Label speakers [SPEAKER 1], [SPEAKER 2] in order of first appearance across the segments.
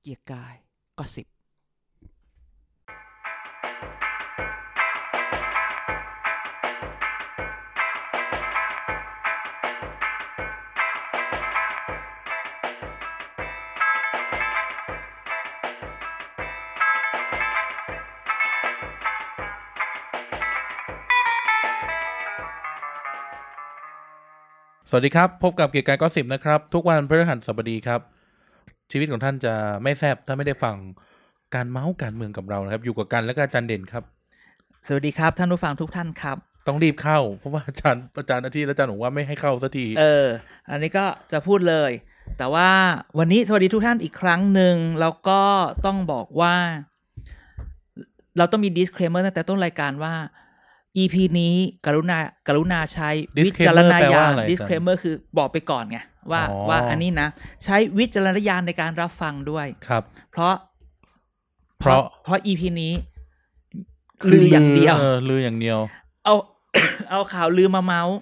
[SPEAKER 1] เกียร์กายก็สิบ
[SPEAKER 2] สวัสดีครับ พบกับเกียร์กายก็สิบนะครับ ทุกวันพฤหัสบดีครับ ชีวิตของท่านจะไม่แฟบถ้าไม่ได้ฟังการเมาส์การเมืองกับเรานะครับ อยู่กับกันและก็อาจารย์เด่นครับ
[SPEAKER 1] สวัสดีครับท่านผู้ฟังทุกท่านครับ
[SPEAKER 2] ต้องรีบเข้า เพราะว่าอาจารย์อาจารย์อาทิตย์และอาจารย์หนูว่าไม่ให้เข้าสักที
[SPEAKER 1] เออ อันนี้ก็จะพูดเลย แต่ว่าวันนี้สวัสดีทุกท่านอีกครั้งหนึ่งแล้วก็ต้องบอกว่า เราต้องมี disclaimer ตั้งแต่ต้นรายการว่า EP นี้กรุณากรุณาใช้วิจารณญาณ disclaimer คือบอกไปก่อนไงว่าว่าอันนี้นะ ใช้วิจารณญาณในการรับฟังด้วย
[SPEAKER 2] ครับ
[SPEAKER 1] เพราะ
[SPEAKER 2] เพราะ
[SPEAKER 1] เพราะ EP นี้ลืออย่างเดียว
[SPEAKER 2] อลืออย่างเดียว
[SPEAKER 1] เอา เอาข่าวลือมาเมาส์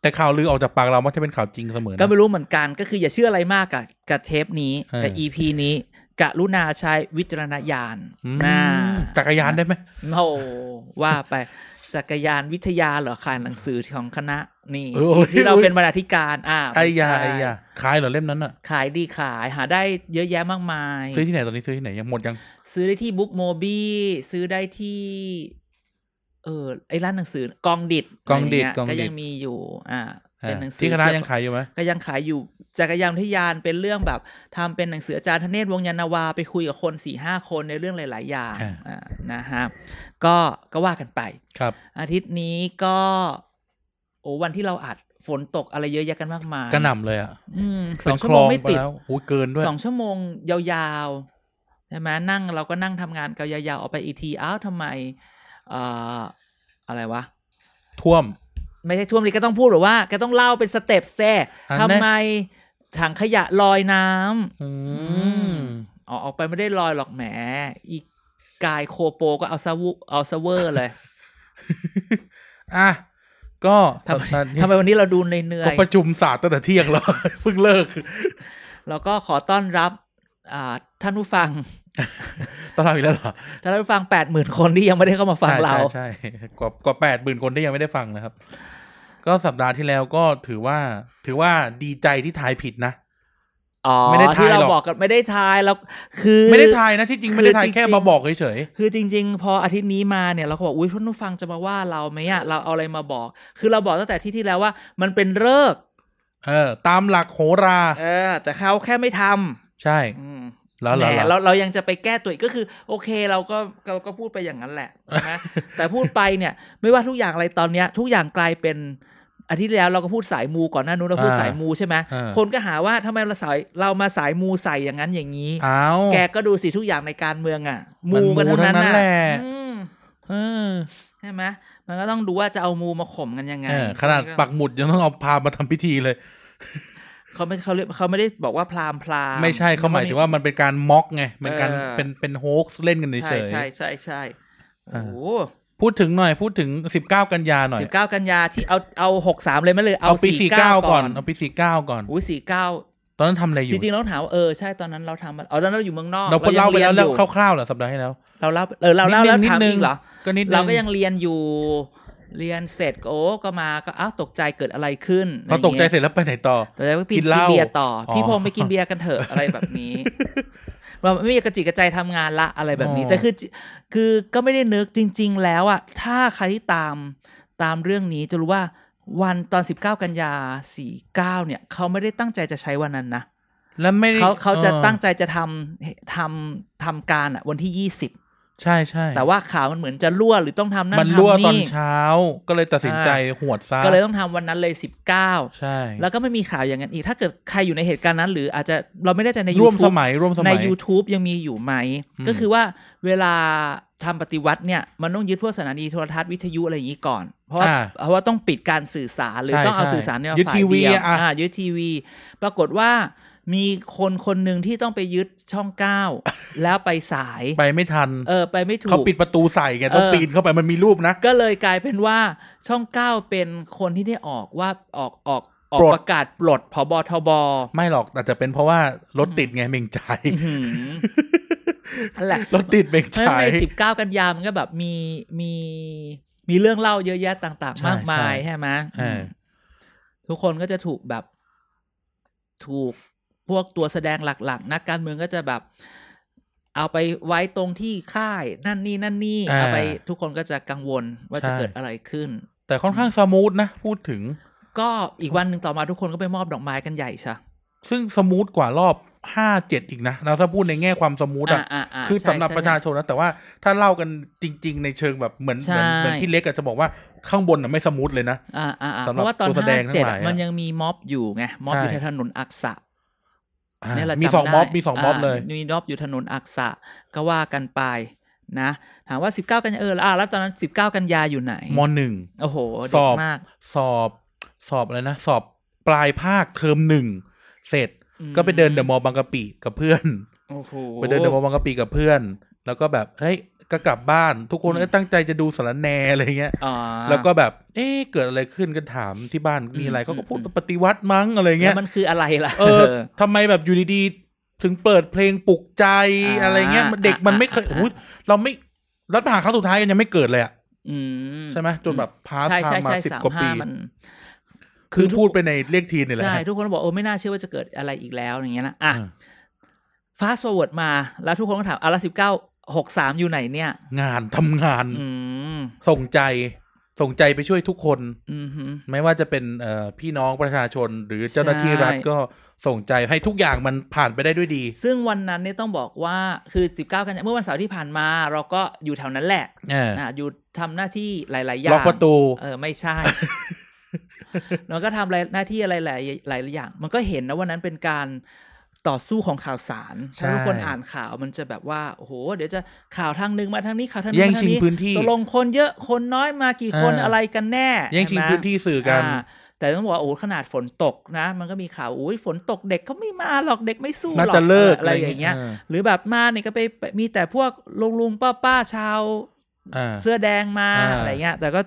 [SPEAKER 2] แต่ข่าวลือออกจากปากเรามักจะเป็นข่าวจริงเสมอนะ
[SPEAKER 1] ก็ไม่รู้เหมือนกันก็คืออย่าเชื่ออะไรมากกับกับเทปนี้
[SPEAKER 2] เออ
[SPEAKER 1] กับอีพีนี้กรุณาใช้วิจารณญาณ
[SPEAKER 2] อืม
[SPEAKER 1] นะ
[SPEAKER 2] จักรยานได้ไหม
[SPEAKER 1] โนว่าไปจักรยานวิทยาเหรอขายหนังสือของคณะนี่
[SPEAKER 2] ออโอ้ย
[SPEAKER 1] ที่เราเป็นบรรณาธิการอ่า
[SPEAKER 2] ไอ้ยาไอ้
[SPEAKER 1] ม่
[SPEAKER 2] ยา
[SPEAKER 1] ใช่
[SPEAKER 2] ขายเหรอเล่มนั้นอ่ะ
[SPEAKER 1] ขายดีขายหาได้เยอะแยะมากมาย
[SPEAKER 2] ซื้อที่ไหนตอนนี้ซื้อที่ไหนยังหมดยัง
[SPEAKER 1] ซื้อได้ที่บุ๊กโมบี้ซื้อได้ที่ เออไอ้ร้านหนังสือกองดิด
[SPEAKER 2] กองดิด
[SPEAKER 1] ะไรเย
[SPEAKER 2] กอง
[SPEAKER 1] ก็
[SPEAKER 2] ดิ
[SPEAKER 1] ยั
[SPEAKER 2] ด
[SPEAKER 1] งมีอยู่ อ่า เป็นหนังสือ
[SPEAKER 2] ที่คณะ
[SPEAKER 1] เกี่ยว
[SPEAKER 2] ยัง
[SPEAKER 1] กับ
[SPEAKER 2] ขายอยู่ไหม
[SPEAKER 1] ก็ยังขายอยู่จักรยานวิทยานเป็นเรื่องแบบทำเป็นหนังสืออาจารย์ธเนศวงศ์ยานนาวาไปคุยกับคนสี่ห้าคนในเรื่องหลาย ๆ อย่างอ่านะฮะก็ก็ว่ากันไป
[SPEAKER 2] ครับ
[SPEAKER 1] อาทิตย์นี้ก็โอ้วันที่เราอัดฝนตกอะไรเยอะแยะกันมากมาย
[SPEAKER 2] กระหน่ำเลยอ่ะ
[SPEAKER 1] อืมส
[SPEAKER 2] เป็
[SPEAKER 1] อน ง
[SPEAKER 2] ค
[SPEAKER 1] ชั่ว
[SPEAKER 2] ล
[SPEAKER 1] โม
[SPEAKER 2] อง ง
[SPEAKER 1] ไม่
[SPEAKER 2] ไป
[SPEAKER 1] ติด
[SPEAKER 2] แล้วโอ้ยเกินด้วย
[SPEAKER 1] สองชั่วโมงยาวๆใช่ไหมนั่งเราก็นั่งทำงานกันยาวๆออกไปอีกทีอ้าวทำไมเอ่ออะไรวะ
[SPEAKER 2] ท่วม
[SPEAKER 1] ไม่ใช่ท่วมนี่ก็ต้องพูดหรือว่าแก็ต้องเล่าเป็นสเต็ปแซ่
[SPEAKER 2] อัน
[SPEAKER 1] ทำ
[SPEAKER 2] แน่
[SPEAKER 1] ไมถังขยะลอยน้ำ
[SPEAKER 2] อื
[SPEAKER 1] ม อ๋อออกไปไม่ได้ลอยหรอกแหม อีกายโคโปก็เอาซะวุเอาซะเวอร์เลย
[SPEAKER 2] อ่ะ ก็
[SPEAKER 1] ทำไม
[SPEAKER 2] ตอนนี้
[SPEAKER 1] ทำไมวันนี้เราดูเหนื่อ
[SPEAKER 2] ก็
[SPEAKER 1] ย
[SPEAKER 2] ประชุมศาสตร์ตั้งแต่เที่ยงแล้ว เพิ่งเลิก
[SPEAKER 1] ๆแล้วก็ขอต้อนรับ อ่าท่านผู้ฟัง
[SPEAKER 2] ตอนเราอีกแล้วเหรอ
[SPEAKER 1] ท่านผู้ฟังแปดหมื่นคนที่ยังไม่ได้เข้ามาฟัง
[SPEAKER 2] ใช่
[SPEAKER 1] เรา
[SPEAKER 2] ใช่ใช่กว่ากว่าแปดหมื่นคนที่ยังไม่ได้ฟังนะครับ ก็สัปดาห์ที่แล้วก็ถือว่า ถือว่าดีใจที่ทายผิดนะ
[SPEAKER 1] อ๋อ
[SPEAKER 2] ไม่ได้ทาย
[SPEAKER 1] ที่เรา
[SPEAKER 2] หรอก
[SPEAKER 1] บอกกันไม่ได้ทายเราคือ
[SPEAKER 2] ไม่ได้ทายนะที่จริงไม่ได้
[SPEAKER 1] คื
[SPEAKER 2] ทาย
[SPEAKER 1] อจริงๆ
[SPEAKER 2] แค่มาบอกเฉย
[SPEAKER 1] คือจริง ๆ พออาทิตย์นี้มาเนี่ยเราก็บอกอุ้ยท่านผู้ฟังจะมาว่าเราไหมอะเราเอาอะไรมาบอก คือเราบอกตั้งแต่ที่ที่แล้วว่า มันเป็นเลิกษ์
[SPEAKER 2] ๆเออ ตามหลักโหรา
[SPEAKER 1] เออแต่เขาแค่ไม่ท
[SPEAKER 2] ใช่
[SPEAKER 1] ำอืม
[SPEAKER 2] แล้ว
[SPEAKER 1] แหมเรา
[SPEAKER 2] แล้วแล้ว
[SPEAKER 1] เรายังจะไปแก้ตัวอีกก็คือ โอเคเราก็เราก็พูดไปอย่างนั้นแหละ ใช่ไหม แต่พูดไปเนี่ย ไม่ว่าทุกอย่างอะไรตอนเนี้ย ทุกอย่างกลายเป็นอาทิตย์ที่แล้วเราก็พูดสายมูก่อนหน้านู้นเราพูด
[SPEAKER 2] อ่า
[SPEAKER 1] สายมูใช่ไหม
[SPEAKER 2] อ่า
[SPEAKER 1] คนก็หาว่าทำไมเราสายเรามาสายมูใส่อย่างนั้นอย่างนี้
[SPEAKER 2] อ้าว
[SPEAKER 1] แกก็ดูสิทุกอย่างในการเมืองอ่ะ
[SPEAKER 2] มั
[SPEAKER 1] มู
[SPEAKER 2] น
[SPEAKER 1] กันทั้งนั้น
[SPEAKER 2] มูทั้งนั้น
[SPEAKER 1] น่ะ
[SPEAKER 2] แหละ
[SPEAKER 1] อืม
[SPEAKER 2] เออ
[SPEAKER 1] ใช่ไหมมันก็ต้องดูว่าจะเอามูมาข่มกันยังไง
[SPEAKER 2] เออขนาดปักหมุดยังต้องเอาพามาทำพิธีเลย
[SPEAKER 1] เขาไม่เขาเรียกเขาไม่ได้บอกว่าพรามพราม
[SPEAKER 2] ไม่ใช่เขาหมายถึงว่ามันเป็นการม็อกไงเป็นการ
[SPEAKER 1] เออ
[SPEAKER 2] เป็นเป็นโฮกเล่นกันเฉ
[SPEAKER 1] ใช่
[SPEAKER 2] ย
[SPEAKER 1] ใช่ใช่ใช่
[SPEAKER 2] อ่า
[SPEAKER 1] โอ้โห
[SPEAKER 2] ๆพูดถึงหน่อยพูดถึงสิบเก้ากันยาหน่อย
[SPEAKER 1] สิบเก้ากันยาที่เอาเอาหกสามเลยไหมเลย
[SPEAKER 2] เอาปีสี่เก้า
[SPEAKER 1] 49
[SPEAKER 2] ก่อนเอาปีสี่เก้าก่อน
[SPEAKER 1] อุ้ยสี่เก้า
[SPEAKER 2] ตอนนั้นทำอะไรอ
[SPEAKER 1] จ
[SPEAKER 2] ยู่
[SPEAKER 1] ริงๆเราถามว่าเออใช่ตอนนั้นเราทำอะไรอ๋อตอนนั้นเราอยู่เมืองนอก
[SPEAKER 2] เราก็เล่าไปแล้ว
[SPEAKER 1] ยัง
[SPEAKER 2] เล่
[SPEAKER 1] อยู่
[SPEAKER 2] าคร่าวๆเหรอสัปดาห์ที่แล้ว
[SPEAKER 1] เราเล่าเออเราเล่าแล้ว
[SPEAKER 2] นิด
[SPEAKER 1] ถาม
[SPEAKER 2] นึ
[SPEAKER 1] อีกเหรอ
[SPEAKER 2] ก็นิดนึง
[SPEAKER 1] เราก็ยังเรียนอยู่ เรียนเสร็จก็โอ้ก็มาก็อ้าวตกใจเกิดอะไรขึ้น
[SPEAKER 2] พอตกใจเสร็จแล้วไปไหนต่อ
[SPEAKER 1] ตกใจว่าพี่
[SPEAKER 2] กิ
[SPEAKER 1] กิ
[SPEAKER 2] น
[SPEAKER 1] น
[SPEAKER 2] เหล้า
[SPEAKER 1] เบียร์ต่ออ
[SPEAKER 2] อ
[SPEAKER 1] พี่พงศ์ไปกินเบียร์กันเถอะ อะไรแบบนี้ เราไม่มีกระจิกกระใจทำงานละอะไรแบบนี้
[SPEAKER 2] อ๋อ
[SPEAKER 1] แต่คือจิคือก็ไม่ได้นึกจริง ๆ แล้วอะถ้าใครที่ตามตามเรื่องนี้จะรู้ว่าวันตอน 19 กันยา 49 เนี่ย เขาไม่ได้ตั้งใจจะใช้วันนั้นนะ
[SPEAKER 2] แล้วไม่ได้
[SPEAKER 1] เขาเขาจะ
[SPEAKER 2] ออ
[SPEAKER 1] ตั้งใจจะทำทำทำการอะวันที่
[SPEAKER 2] ใช่ใช่
[SPEAKER 1] 20 แต่ว่าข่าวมันเหมือนจะรั่วหรือต้องทำนั่น
[SPEAKER 2] มันรั่ว
[SPEAKER 1] ทำ
[SPEAKER 2] ตอน
[SPEAKER 1] นี่
[SPEAKER 2] เช้าก็เลยตัดสินใจหวดซะ
[SPEAKER 1] ก็เลยต้องทำวันนั้นเลย 19
[SPEAKER 2] ใช่
[SPEAKER 1] แล้วก็ไม่มีข่าวอย่างนั้นอีก ถ้าเกิดใครอยู่ในเหตุการณ์นั้น หรืออาจจะเราไม่ได้ใจใน
[SPEAKER 2] ร่วม
[SPEAKER 1] YouTube
[SPEAKER 2] สมัยร่วมส
[SPEAKER 1] ใน
[SPEAKER 2] มัย
[SPEAKER 1] YouTube ยังมีอยู่ไหม
[SPEAKER 2] อืม
[SPEAKER 1] ก็คือว่าเวลาทำปฏิวัติเนี่ย มันต้องยึดพวกสถานีโทรทัศน์วิทยุอะไรอย่างนี้ก่อน เพราะว่า
[SPEAKER 2] อ่า
[SPEAKER 1] เพราะว่าต้องปิดการสื่อสารหรือ
[SPEAKER 2] ใช่
[SPEAKER 1] ต้องเอา
[SPEAKER 2] ใช่
[SPEAKER 1] สื่อสารเนี่ย
[SPEAKER 2] ยึด
[SPEAKER 1] ฝ่า
[SPEAKER 2] ทีวี
[SPEAKER 1] เดียว
[SPEAKER 2] อะ
[SPEAKER 1] อ่ายึดทีวี ปรากฏว่ามีคนคนหนึ่งที่ต้องไปยึดช่องเก้า แล้วไปสาย
[SPEAKER 2] ไปไม่ทัน
[SPEAKER 1] เออไปไม่ถูก
[SPEAKER 2] เขาปิดประตูใส่ไง
[SPEAKER 1] เออ
[SPEAKER 2] ต้องปีนเข้าไปมันมีรูปนะ
[SPEAKER 1] ก็เลยกลายเป็นว่าช่องเก้าเป็นคนที่ได้ออกว่าออกออก ออก
[SPEAKER 2] ปลด
[SPEAKER 1] ประกาศปลดพบทบ
[SPEAKER 2] ไม่หรอกอาจจะเป็นเพราะว่ารถติดไงเมงใจาย
[SPEAKER 1] อื้อหือ นั่นแหละ
[SPEAKER 2] รถติดเมง
[SPEAKER 1] เพราะฉะ
[SPEAKER 2] ใจา
[SPEAKER 1] นั้น
[SPEAKER 2] ย
[SPEAKER 1] ในสิบเก้ากันยามันก็แบบมีมีมีเรื่องเล่าเยอะแยะต่าง
[SPEAKER 2] ใช่
[SPEAKER 1] ๆ มากมาย
[SPEAKER 2] ใช่
[SPEAKER 1] ใช่ไหม
[SPEAKER 2] อ่า
[SPEAKER 1] ทุกคนก็จะถูกแบบถูกพวกตัวแสดงหลัก ๆ นักการเมืองก็จะแบบ เอาไปไว้ตรงที่ค่ายนั่นนี่นั่นนี่
[SPEAKER 2] อ่า
[SPEAKER 1] เอาไปทุกคนก็จะกังวลว่าจะ
[SPEAKER 2] ใช่
[SPEAKER 1] เกิดอะไรขึ้น
[SPEAKER 2] แต่ค่อนข้างสมูทนะ พูดถึง
[SPEAKER 1] ก็อีกวันหนึ่งต่อมาทุกคนก็ไปมอบดอกไม้กันใหญ่ใช่
[SPEAKER 2] ซึ่งสมูทกว่ารอบห้าเจ็ดอีกนะเราถ้าพูดในแง่ความสมูท
[SPEAKER 1] อ่า
[SPEAKER 2] อะ
[SPEAKER 1] อ่าอ่า
[SPEAKER 2] คือ
[SPEAKER 1] ใช่
[SPEAKER 2] สำหรับ
[SPEAKER 1] ใช่
[SPEAKER 2] ประชาชนนะแต่ว่าถ้าเล่ากันจริง ๆ ในเชิงแบบเหมือนเหมือน
[SPEAKER 1] ใช่
[SPEAKER 2] เหมือนพี่เล็กอะจะบอกว่าข้างบนอะไม่สมูทเลยนะ
[SPEAKER 1] อ่าอ่าอ่า
[SPEAKER 2] สำหรับ
[SPEAKER 1] เพราะว่าตอน
[SPEAKER 2] ตัวแสด
[SPEAKER 1] ห้าง
[SPEAKER 2] ทั้ง
[SPEAKER 1] เจ็ด
[SPEAKER 2] หลา
[SPEAKER 1] อะ
[SPEAKER 2] ยอะ
[SPEAKER 1] มันยังมีม็อบอยู่ไงม็อบอยู่
[SPEAKER 2] ใช่
[SPEAKER 1] แถวถนนอักษะ
[SPEAKER 2] อ่า
[SPEAKER 1] เนี่ยเรา
[SPEAKER 2] มี
[SPEAKER 1] จำ
[SPEAKER 2] สอง
[SPEAKER 1] ได้
[SPEAKER 2] ม็อบมีสองม็อบเลย
[SPEAKER 1] ามีม็อบอยู่ถนนอักษะก็ว่ากันไปนะ ถามว่า 19 กันยาเออแล้วอ่ะแล้วตอนนั้น 19 กันยาอยู่ไหน
[SPEAKER 2] มหนึ่ง
[SPEAKER 1] โอ้โห
[SPEAKER 2] ส
[SPEAKER 1] เด็
[SPEAKER 2] อบ
[SPEAKER 1] กมาก
[SPEAKER 2] สอบสอบอะไรนะ สอบปลายภาคเทอมหนึ่งเสร็จ
[SPEAKER 1] อืม
[SPEAKER 2] ก็ไปเดินเดอะมอลล์บางกะปิกับเพื่อน
[SPEAKER 1] โอ้โห
[SPEAKER 2] ไปเดินเดอะมอลล์บางกะปิกับเพื่อน แล้วก็แบบเฮ้ยก็กลับบ้าน ทุกคน
[SPEAKER 1] อืม
[SPEAKER 2] เอ้ยตั้งใจจะดูสารแหนอะไรเงี้ย
[SPEAKER 1] อ่า
[SPEAKER 2] แล้วก็แบบ เอ๊ะเกิดอะไรขึ้นก็ถามที่บ้านมีอะไร
[SPEAKER 1] อืม
[SPEAKER 2] เขาก็พูด
[SPEAKER 1] อืม
[SPEAKER 2] ปฏิวัติมั้งอะไร
[SPEAKER 1] แล้
[SPEAKER 2] เงี้ยว
[SPEAKER 1] มันคืออะไรล่ะ
[SPEAKER 2] เออทำไมแบบอยู่ดีๆ ถึงเปิดเพลงปลุกใจ
[SPEAKER 1] อ่า
[SPEAKER 2] อะไรเงี้ยมันเด็กมันไม่เคย
[SPEAKER 1] อ่า
[SPEAKER 2] โอ้ยเราไม่รัฐประหารครั้งสุดท้ายยังไม่เกิดเลยอะ
[SPEAKER 1] ม
[SPEAKER 2] ใช่ไหมจนแบบพา
[SPEAKER 1] ใช่
[SPEAKER 2] ทา
[SPEAKER 1] ใช่
[SPEAKER 2] มมา
[SPEAKER 1] ใช่
[SPEAKER 2] สิบ
[SPEAKER 1] สาม
[SPEAKER 2] กว่า
[SPEAKER 1] ห้า
[SPEAKER 2] ปี
[SPEAKER 1] มัน
[SPEAKER 2] คือ
[SPEAKER 1] ทุก
[SPEAKER 2] พูดไปในเรียกทีนนี่แหละ
[SPEAKER 1] ใช่ทุกคนก็บอกโอ้ไม่น่าเชื่อว่าจะเกิดอะไรอีกแล้วอย่างเงี้ยนะอ่ะ
[SPEAKER 2] อ่ะ
[SPEAKER 1] ฟาสโซเวิร์ดมาแล้วทุกคนก็ถามอ่ะแล้วสิบเก้าหกสามอยู่ไหนเนี่ย
[SPEAKER 2] งานทำงาน
[SPEAKER 1] อืม
[SPEAKER 2] ส่งใจส่งใจไปช่วยทุกคน
[SPEAKER 1] อืมฮึ
[SPEAKER 2] ไม่ว่าจะเป็นเอ่อพี่น้องประชาชนหรือเจ้าหน้าที่รัฐ
[SPEAKER 1] ใช่
[SPEAKER 2] ก็ส่งใจให้ทุกอย่างมันผ่านไปได้ด้วยดี
[SPEAKER 1] ซึ่งวันนั้นเนี่ยต้องบอกว่าคือ 19 กันยาเมื่อวันเสาร์ที่ผ่านมา เราก็อยู่แถวนั้นแหละ
[SPEAKER 2] เออ
[SPEAKER 1] อ่าอยู่ทำหน้าที่หลาย ๆ อย่า
[SPEAKER 2] ล็
[SPEAKER 1] ง
[SPEAKER 2] อกประตู
[SPEAKER 1] เออไม่ใช่ เราก็ทำหน้าที่อะไรหลายหลายๆอย่าง มันก็เห็นนะวันนั้นเป็นการต่อสู้ของข่าวสาร
[SPEAKER 2] ใช่
[SPEAKER 1] ถ้าทุกคนอ่านข่าวมันจะแบบว่าโอ้โหเดี๋ยวจะข่าวทางนึงมาทางนี้ข่าวทางนึง
[SPEAKER 2] แย่ง
[SPEAKER 1] มาทา
[SPEAKER 2] ชิง
[SPEAKER 1] งนี้
[SPEAKER 2] พื้นที่
[SPEAKER 1] ตกลงคนเยอะคนน้อยมากี่คน
[SPEAKER 2] เอออ
[SPEAKER 1] อะไรกันแน่
[SPEAKER 2] แย่งชิง
[SPEAKER 1] ใไหม
[SPEAKER 2] พื้นที่สื่อกัน
[SPEAKER 1] อ่าแต่ต้องบอกว่าโอ้ขนาดฝนตกนะ มันก็มีข่าวอุ้ยฝนตกเด็กเขาไม่มาหรอกเด็กไม่สู้หร
[SPEAKER 2] น่า
[SPEAKER 1] อก
[SPEAKER 2] จะเลิก
[SPEAKER 1] อะไรอย่างเงี้ย
[SPEAKER 2] เออ
[SPEAKER 1] หรือแบบมาเนี่ยก็ไปไปมีแต่พวกลุงลุงป้าป้าชาว
[SPEAKER 2] อ่า
[SPEAKER 1] เสื้อแดงมา
[SPEAKER 2] อ่า
[SPEAKER 1] อะไรเงี้ย แต่ก็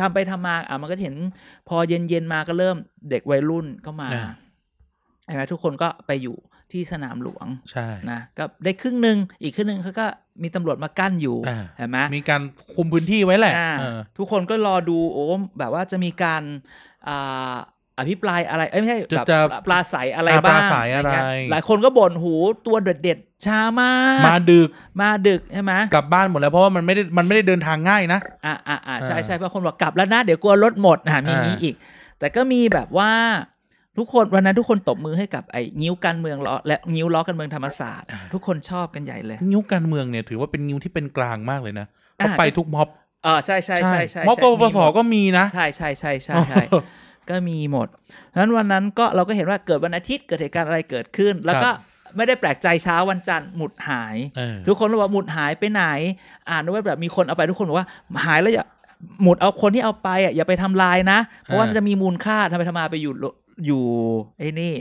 [SPEAKER 1] ทำไปทำมาอ่ะมันก็เห็นพอเย็นเย็นๆมาก็เริ่มเด็กวัยรุ่นก็มาเห็นไหมทุกคนก็ไปอยู่ที่สนามหลวง
[SPEAKER 2] ใช่
[SPEAKER 1] นะก็ได้ครึ่งหนึ่งอีกครึ่งหนึ่งเขาก็มีตำรวจมากั้นอยู่
[SPEAKER 2] อ่า
[SPEAKER 1] เห็นไหม
[SPEAKER 2] มีการคุมพื้นที่ไว้แหละ
[SPEAKER 1] อ่า
[SPEAKER 2] เออ
[SPEAKER 1] ทุกคนก็รอดูโอ้แบบว่าจะมีการอ่าอภิปรายอะไรเอ้ยไม่ใช่
[SPEAKER 2] จะ
[SPEAKER 1] แบบ
[SPEAKER 2] จะ
[SPEAKER 1] ปลาใสอะไร
[SPEAKER 2] อ่า
[SPEAKER 1] บ้าง
[SPEAKER 2] ปลาใสอะไร
[SPEAKER 1] ย่างเงี้ยหลายคนก็บ่นหูตัวเด็ดเด็ดๆช้ามาก
[SPEAKER 2] มาดึก
[SPEAKER 1] มาดึกใช่ไหม
[SPEAKER 2] กลับบ้านหมดแล้วเพราะว่ามันไม่ได้มันไม่ได้เดินทางง่ายนะ
[SPEAKER 1] อ่าอ่าอ่าใช่
[SPEAKER 2] อ่า
[SPEAKER 1] ใช่บางคนบอกกลับแล้วนะ เดี๋ยวกลัวรถหมดอ่ามี
[SPEAKER 2] อ่า
[SPEAKER 1] นี้อีก แต่ก็มีแบบว่าทุกคนวันนั้นทุกคนตบมือให้กับไอ้นิ้วการเมืองล้อและนิ้วล้อการเมืองธรรมศาสตร์ ทุกคนชอบกันใหญ่เลย
[SPEAKER 2] นิ้วการเมืองเนี่ยถือว่าเป็นนิ้วที่เป็นกลางมากเลยนะ
[SPEAKER 1] อ่า
[SPEAKER 2] เขาไปทุกม็อบ
[SPEAKER 1] เออใช่ใช่ใช่ใช่
[SPEAKER 2] ม็อบก
[SPEAKER 1] ใช่
[SPEAKER 2] ป
[SPEAKER 1] มี
[SPEAKER 2] ส
[SPEAKER 1] หมด
[SPEAKER 2] ก็มีนะ
[SPEAKER 1] ใช่ใช่ใช่ใช่ใช่ก็มีหมดนั้นวันนั้นก็เราก็เห็นว่าเกิดวันอาทิตย์เกิดเหตุการณ์อะไรเกิดขึ้น แล้วก็ไม่ได้แปลกใจเช้าวันจันทร์หมุดหาย
[SPEAKER 2] เออ
[SPEAKER 1] ทุกคนรู้ว่าหมุดหายไปไหน อ่านว่าแบบมีคนเอาไปทุกคนบอกว่าหายแล้วอย่าหมุดเอาคนที่เอาไปอ่ะอย่าไปทำลายนะ เพราะว่ามันจะมีมูลค่าทำไปทำมาไปอยู่โลอยู่ไอ้นี่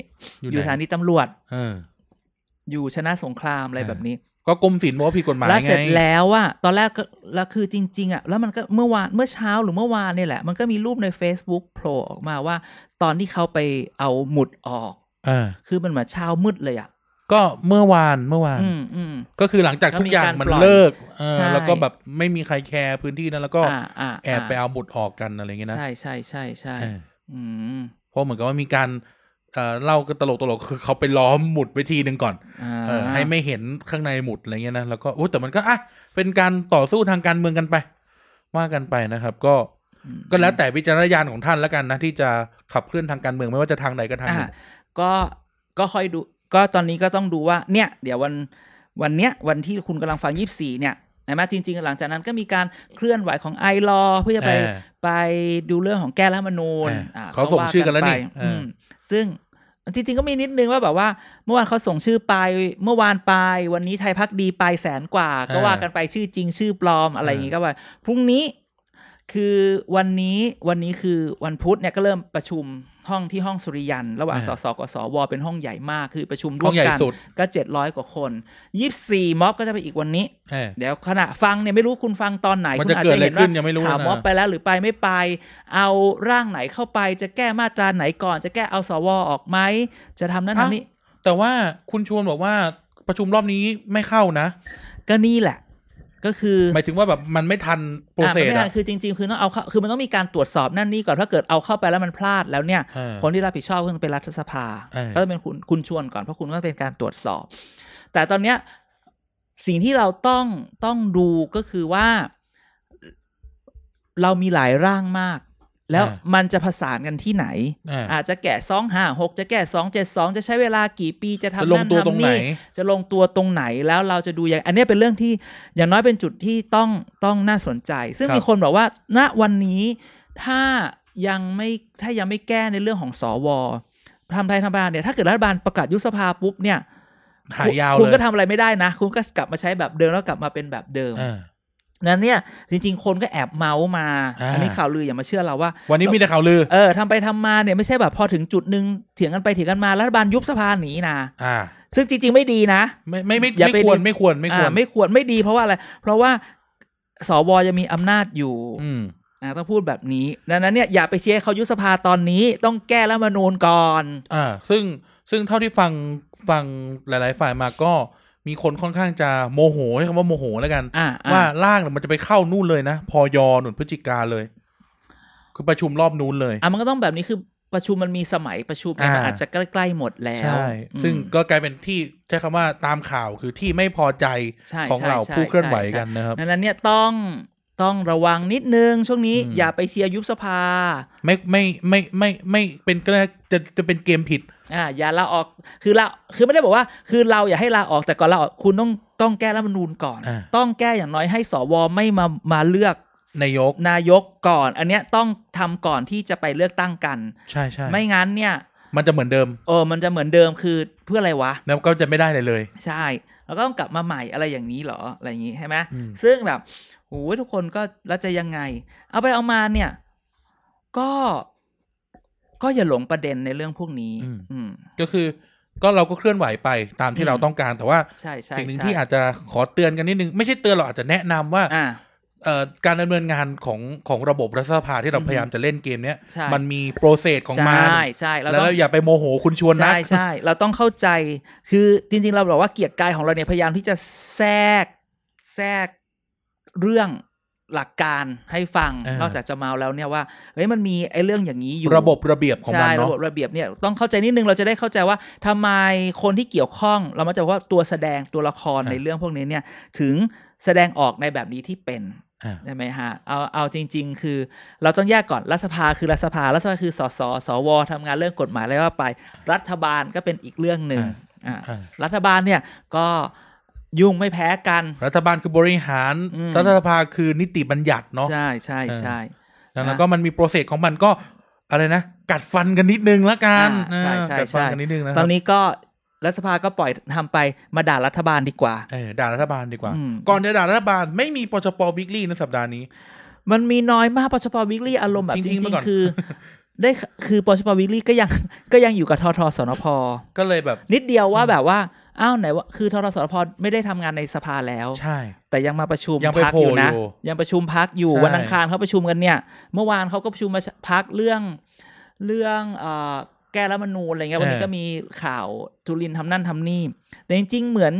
[SPEAKER 2] อยู่
[SPEAKER 1] อยู่
[SPEAKER 2] ไหน
[SPEAKER 1] สถานีตำรวจ
[SPEAKER 2] เออ
[SPEAKER 1] อยู่ชนะสงครามอะไรแบบนี้
[SPEAKER 2] ก็กรมศิลป์บอกว่าผิดกฎหมาย
[SPEAKER 1] แล้วเสร็จ
[SPEAKER 2] ไง
[SPEAKER 1] แล้วอะตอนแรกก็แล้วคือจริง ๆอะแล้วมันก็เมื่อวานเมื่อเช้าหรือเมื่อวานเนี่ยแหละ มันก็มีรูปใน Facebook โผล่ออกมาว่า ตอนที่เขาไปเอาหมุดออก
[SPEAKER 2] เออ
[SPEAKER 1] คือมันเหมือนเช้ามืดเลยอะ
[SPEAKER 2] ก็เมื่อวานเมื่อวาน
[SPEAKER 1] อืมอืม
[SPEAKER 2] ก็คือหลังจากทุกอย่างมั
[SPEAKER 1] ก็มีกา
[SPEAKER 2] น
[SPEAKER 1] รปล่อย
[SPEAKER 2] เลิกเออ
[SPEAKER 1] ใช่
[SPEAKER 2] แล้วก็แบบไม่มีใครแคร์พื้นที่นั้นแล้วก็
[SPEAKER 1] อ่าอ่า
[SPEAKER 2] แอบไปเอาหมุดออกกันอะไรอย่างเงี้ยนะ
[SPEAKER 1] ใช่ใช่ใช่ใช่
[SPEAKER 2] เออ
[SPEAKER 1] อืม
[SPEAKER 2] เพราะเหมือนกับว่ามีการเอ่อเล่าก็ตลกตลกๆคือเขาไปล้อมหมุดไว้ทีหนึ่งก่อน
[SPEAKER 1] อ่า
[SPEAKER 2] เออให้ไม่เห็นข้างในหมุดอะไรเงี้ยนะแล้วก็โอ้แต่มันก็อ่ะเป็นการต่อสู้ทางการเมืองกันไป ว่ากันไปนะครับ ก็
[SPEAKER 1] อืม
[SPEAKER 2] ก็แล้วแต่วิจารณญาณของท่านแล้วกันนะที่จะขับเคลื่อนทางการเมืองไม่ว่าจะทางใดก็ทางห
[SPEAKER 1] อ่า
[SPEAKER 2] นึ่ง
[SPEAKER 1] ก็ก็ค่อยดู ก็ตอนนี้ก็ต้องดูว่า เนี่ย เดี๋ยววันวันเนี้ยวันที่คุณกำลังฟังยี่สี่เนี่ยนะมาจริง ๆ หลังจากนั้นก็มีการเคลื่อนไหวของไอรอเพื่อจะไป
[SPEAKER 2] เออ
[SPEAKER 1] ไปดูเรื่องของแก้รัฐธรรมนูญ
[SPEAKER 2] อ่า
[SPEAKER 1] อ่
[SPEAKER 2] เขาส่งชื่อกันแล้วนี่
[SPEAKER 1] าไป
[SPEAKER 2] เอออื
[SPEAKER 1] มซึ่งจริงๆก็มีนิดนึงว่าแบบว่า เมื่อวานเขาส่งชื่อไป เมื่อวานไป วันนี้ไทยพักดีไปแสนกว่า ก็ว่ากันไปชื่อจริงชื่อปลอมอะไรอย่างงี้ก็ว่า พรุ่งนี้ คือวันนี้วันนี้คือวันพุธเนี่ยก็เริ่มประชุมห้องที่ห้องสุริยัน ระหว่าง
[SPEAKER 2] อ่า
[SPEAKER 1] สสกับสวเป็นห้องใหญ่มากคือประชุม
[SPEAKER 2] ห้
[SPEAKER 1] ร่
[SPEAKER 2] อ
[SPEAKER 1] ว
[SPEAKER 2] ง
[SPEAKER 1] ม
[SPEAKER 2] ใหญ่
[SPEAKER 1] กัน
[SPEAKER 2] สุด
[SPEAKER 1] ก็เจ็ดร้อยกว่าคนยี่สี่ม็อบก็จะไปอีกวันนี้
[SPEAKER 2] เออ
[SPEAKER 1] เดี๋ยวขณะฟังเนี่ยไม่รู้คุณฟังตอนไหน
[SPEAKER 2] มัน
[SPEAKER 1] คุณ
[SPEAKER 2] จะ
[SPEAKER 1] อาจ
[SPEAKER 2] เกิด
[SPEAKER 1] จะ
[SPEAKER 2] อะไร
[SPEAKER 1] เห็นว่า
[SPEAKER 2] ขึ้นยังไม่รู้
[SPEAKER 1] ข่าว
[SPEAKER 2] นะ
[SPEAKER 1] ม็อบไปแล้วหรือไปไม่ไป เอาร่างไหนเข้าไปจะแก้มาตราไหนก่อนจะแก้เอาสวออกไหมจะทำนั่นทำนี่
[SPEAKER 2] แต่ว่าคุณชวนบอกว่าประชุมรอบนี้ไม่เข้านะ
[SPEAKER 1] ก็นี่แหละ ก็คือ
[SPEAKER 2] หมายถึงว่าแบบมันไม่ทันโปรเซส
[SPEAKER 1] อ่ะมันไม่
[SPEAKER 2] อะ
[SPEAKER 1] ได้คือจริง ๆ คือต้องเอาเข้าคือมันต้องมีการตรวจสอบนั่นนี่ก่อนถ้าเกิดเอาเข้าไปแล้วมันพลาดแล้วเนี่ย
[SPEAKER 2] เออ
[SPEAKER 1] คนที่รับผิดชอบก็คือเป็นรัฐสภา
[SPEAKER 2] เออ
[SPEAKER 1] ก็จะเป็นคุณคุณชวนก่อนเพราะคุณก็เป็นการตรวจสอบ แต่ตอนเนี้ยสิ่งที่เราต้องต้องดูก็คือว่า เรามีหลายร่างมาก แล้วมันจะผสานกันที่ไหน
[SPEAKER 2] อ่า
[SPEAKER 1] อาจจะแก่สองห้าหกจะแก่สองเจ็ดสองจะใช้เวลากี่ปีจะ
[SPEAKER 2] จะ
[SPEAKER 1] ทำ
[SPEAKER 2] ลง
[SPEAKER 1] นั่น
[SPEAKER 2] ตัวตรง
[SPEAKER 1] ทำ
[SPEAKER 2] ไหน
[SPEAKER 1] นี่จะลงตัวตรงไหนแล้วเราจะดูอย่าง อันเนี้ยเป็นเรื่องที่อย่างน้อยเป็นจุดที่ต้องต้องน่าสนใจ ซึ่ง
[SPEAKER 2] ครับ
[SPEAKER 1] มีคนบอกว่า ณวันนี้ถ้ายังไม่ถ้ายังไม่แก้ในเรื่องของสวทำไทยทำบานเนี่ยถ้าเกิดรัฐบาลประกาศยุบสภาปุ๊บเนี่ย
[SPEAKER 2] หายยาว
[SPEAKER 1] คุ
[SPEAKER 2] เล
[SPEAKER 1] ณ
[SPEAKER 2] ย
[SPEAKER 1] ก็ทำอะไรไม่ได้นะ คุณก็กลับมาใช้แบบเดิมแล้วกลับมาเป็นแบบเดิม
[SPEAKER 2] อ่า
[SPEAKER 1] นั้นเนี่ยจริง ๆ คนก็แอบเมาส์มา
[SPEAKER 2] อ่า
[SPEAKER 1] อันนี้ข่าวลืออย่ามาเชื่อเราว่า
[SPEAKER 2] วันนี้มีแต่ข่าวลือ
[SPEAKER 1] เออทำไปทำมาเนี่ยไม่ใช่แบบพอถึงจุดหนึ่งเถียงกันไปเถียงกันมารัฐบาลยุบสภาหนีนะ
[SPEAKER 2] อ่า
[SPEAKER 1] ซึ่งจริง ๆ ไม่ดีนะ
[SPEAKER 2] ไม่ไม่ไม่
[SPEAKER 1] อย่า
[SPEAKER 2] ไม่
[SPEAKER 1] ไป
[SPEAKER 2] ควร
[SPEAKER 1] ดิ
[SPEAKER 2] ไม่ควรไม่ควร
[SPEAKER 1] อ่าไม่ควรไม่ดีเพราะว่าอะไร เพราะว่าสวยังมีอำนาจอยู่
[SPEAKER 2] อืม
[SPEAKER 1] อ่าต้องพูดแบบนี้ดังนั้นเนี่ยอย่าไปเชียร์ให้เขายุบสภาตอนนี้ต้องแก้รัฐธรรมนูญก่อน
[SPEAKER 2] อ่าซึ่งซึ่งเท่าที่ฟังฟังหลาย ๆ ฝ่ายมาก็มีคนค่อนข้างจะโมโหใช้คำว่าโมโหแล้วกัน
[SPEAKER 1] อ่าอ่า
[SPEAKER 2] ว่าร่างเนี่ยมันจะไปเข้านู่นเลยนะพอยอหนุนพฤศจิกาเลย คือประชุมรอบนู้นเลย
[SPEAKER 1] อ่ะมันก็ต้องแบบนี้คือประชุมมันมีสมัยประชุมเนี่ยมัน
[SPEAKER 2] อ่า
[SPEAKER 1] อาจจะใกล้ๆหมดแล้ว
[SPEAKER 2] ใช่
[SPEAKER 1] อืม
[SPEAKER 2] ซึ่งก็กลายเป็นที่ใช้คำว่าตามข่าวคือที่ไม่พอใจ
[SPEAKER 1] ใช่
[SPEAKER 2] ของ
[SPEAKER 1] ใช่
[SPEAKER 2] เรา
[SPEAKER 1] ใช่
[SPEAKER 2] ผู้เคลื่อนไหว
[SPEAKER 1] ใช่ใช่
[SPEAKER 2] กันนะครับ
[SPEAKER 1] ดังนั้นเนี่ยต้องต้องระวังนิดนึงช่วงนี้
[SPEAKER 2] อืม
[SPEAKER 1] อย่าไปเชียร์ยุบสภา
[SPEAKER 2] ไม่ไม่ไม่ไม่ไม่เป็นก็จะจะเป็นเกมผิด
[SPEAKER 1] อ่าอย่าลาออกคือลาคือไม่ได้บอกว่า คือเราอย่าให้ลาออกแต่ก่อนลาออกคุณต้องต้องแก้รัฐธรรมนูญก่อน
[SPEAKER 2] อ่า
[SPEAKER 1] ต้องแก้อย่างน้อยให้สวไม่มามาเลือก
[SPEAKER 2] นายก
[SPEAKER 1] นายกก่อน อันเนี้ยต้องทำก่อนที่จะไปเลือกตั้งกัน
[SPEAKER 2] ใช่ใช่
[SPEAKER 1] ไม่งั้นเนี่ย
[SPEAKER 2] มันจะเหมือนเดิม
[SPEAKER 1] เออมันจะเหมือนเดิมคือเพื่ออะไรวะ
[SPEAKER 2] แล้วก็จะไม่ได้อะไรเลย
[SPEAKER 1] ใช่ แล้วก็ต้องกลับมาใหม่อะไรอย่างนี้เหรออะไรอย่างนี้ใช่ไหม
[SPEAKER 2] อืม
[SPEAKER 1] ซึ่งแบบโอ้ยทุกคนก็แล้วจะยังไง เอาไปเอามาเนี่ย ก็ก็อย่าหลงประเด็นในเรื่องพวกนี้ อืม
[SPEAKER 2] ก็คือ ก็เราก็เคลื่อนไหวไปตามที่
[SPEAKER 1] อืม
[SPEAKER 2] เราต้องการแต่ว่า
[SPEAKER 1] ใช่ใช่
[SPEAKER 2] สิ่งหนึ่ง
[SPEAKER 1] ใช่
[SPEAKER 2] ที่อาจจะขอเตือนกันนิดนึง ไม่ใช่เตือนเราอาจจะแนะนำว่า
[SPEAKER 1] อ่า
[SPEAKER 2] เอ่อการดำเนินงานของของระบบรัฐสภาที่เรา
[SPEAKER 1] อือฮึ
[SPEAKER 2] พยายามจะเล่นเกมเนี้ย
[SPEAKER 1] ใช่
[SPEAKER 2] มันมีโปรเซสของมัน
[SPEAKER 1] ใช่ใช่เรา
[SPEAKER 2] แล้ว
[SPEAKER 1] ต้
[SPEAKER 2] เรา
[SPEAKER 1] อง
[SPEAKER 2] อย่าไปโมโหคุณชวนนะ
[SPEAKER 1] ใช่ใช่เราต้องเข้าใจ คือจริง ๆ เราบอกว่าเกียรติกายของเราเนี่ยพยายามที่จะแทรกแทรกเรื่องหลักการให้ฟัง นอกจากจะเมาแล้วเนี่ยว่าเฮ้ยมันมีไอ้เรื่องอย่างนี้อยู่
[SPEAKER 2] ระบบระเบียบของมั
[SPEAKER 1] ใช่
[SPEAKER 2] น
[SPEAKER 1] ระ
[SPEAKER 2] เนาะ
[SPEAKER 1] บบระเบียบเนี่ยต้องเข้าใจนิดนึงเราจะได้เข้าใจว่าทำไมคนที่เกี่ยวข้อง เรามักจะบอกว่าตัวแสดงตัวละครในเรื่องพวกนี้เนี่ย ถึงแสดงออกในแบบนี้ที่เป็น
[SPEAKER 2] อ่า
[SPEAKER 1] ใช่ไหมฮะ เอาเอาจริง ๆ คือ เราต้องแยกก่อนรัฐสภาคือรัฐสภารัฐสภาคือสสสวทำงานเรื่องกฎหมายแล้วว่าไป รัฐบาลก็เป็นอีกเรื่องหนึ่งอ่า
[SPEAKER 2] อ่า
[SPEAKER 1] รัฐบาลเนี่ยก็ยุ่งไม่แพ้กัน
[SPEAKER 2] รัฐบาลคือบริหาร
[SPEAKER 1] อืม
[SPEAKER 2] รัฐสภาคือนิติบัญญัติเนาะ
[SPEAKER 1] ใช่ใช่
[SPEAKER 2] เออ
[SPEAKER 1] ใช่
[SPEAKER 2] แล้ว
[SPEAKER 1] อ่ะ
[SPEAKER 2] แล้วก็มันมีโปรเซสของมันก็อะไรนะ กัดฟันกันนิดนึงละกัน
[SPEAKER 1] อ่าใช่ใช่
[SPEAKER 2] กัดฟัน
[SPEAKER 1] ใช่
[SPEAKER 2] กันนิดนึงนะค
[SPEAKER 1] ต
[SPEAKER 2] รั
[SPEAKER 1] อบ นนี้ก็รัฐสภาก็ปล่อยทำไปมาด่ารัฐบาลดีกว่า
[SPEAKER 2] เออด่ารัฐบาลดีกว่า
[SPEAKER 1] อืม
[SPEAKER 2] ก่อนจะด่ารัฐบาลไม่มีปชปบิ๊กลี่ในสัปดาห์นี้
[SPEAKER 1] มันมีน้อยมากปชปวิกลี่อารมณ์แบบจ
[SPEAKER 2] ทิ้ง
[SPEAKER 1] ริ
[SPEAKER 2] ๆไว้
[SPEAKER 1] ง
[SPEAKER 2] ก่อน
[SPEAKER 1] ๆคือ ได้คือปชปวิกลี่ก็ยัง ก็ยังอยู่กับททสนพ
[SPEAKER 2] ก็เลยแบบ
[SPEAKER 1] นิดเดียวว่าแบบว่าอ้าวไหนว่าคือททสนพไม่ได้ทำงานในสภาแล้ว
[SPEAKER 2] ใช่
[SPEAKER 1] แต่ยังมาประชุม
[SPEAKER 2] ยังไป
[SPEAKER 1] พักอยู่นะ
[SPEAKER 2] โผล่อยู่
[SPEAKER 1] ยังประชุมพักอยู่
[SPEAKER 2] ใช่
[SPEAKER 1] วันอังคารเขาประชุมกันเนี่ย เมื่อวานเขาก็ประชุมมาพักเรื่องเรื่องเออแก้รัฐธรรมนูญอะไรเงี้ยวันนี้ก็มีข่าวจุลินทำนั่นทำนี่ แต่จริง ๆ เหมือน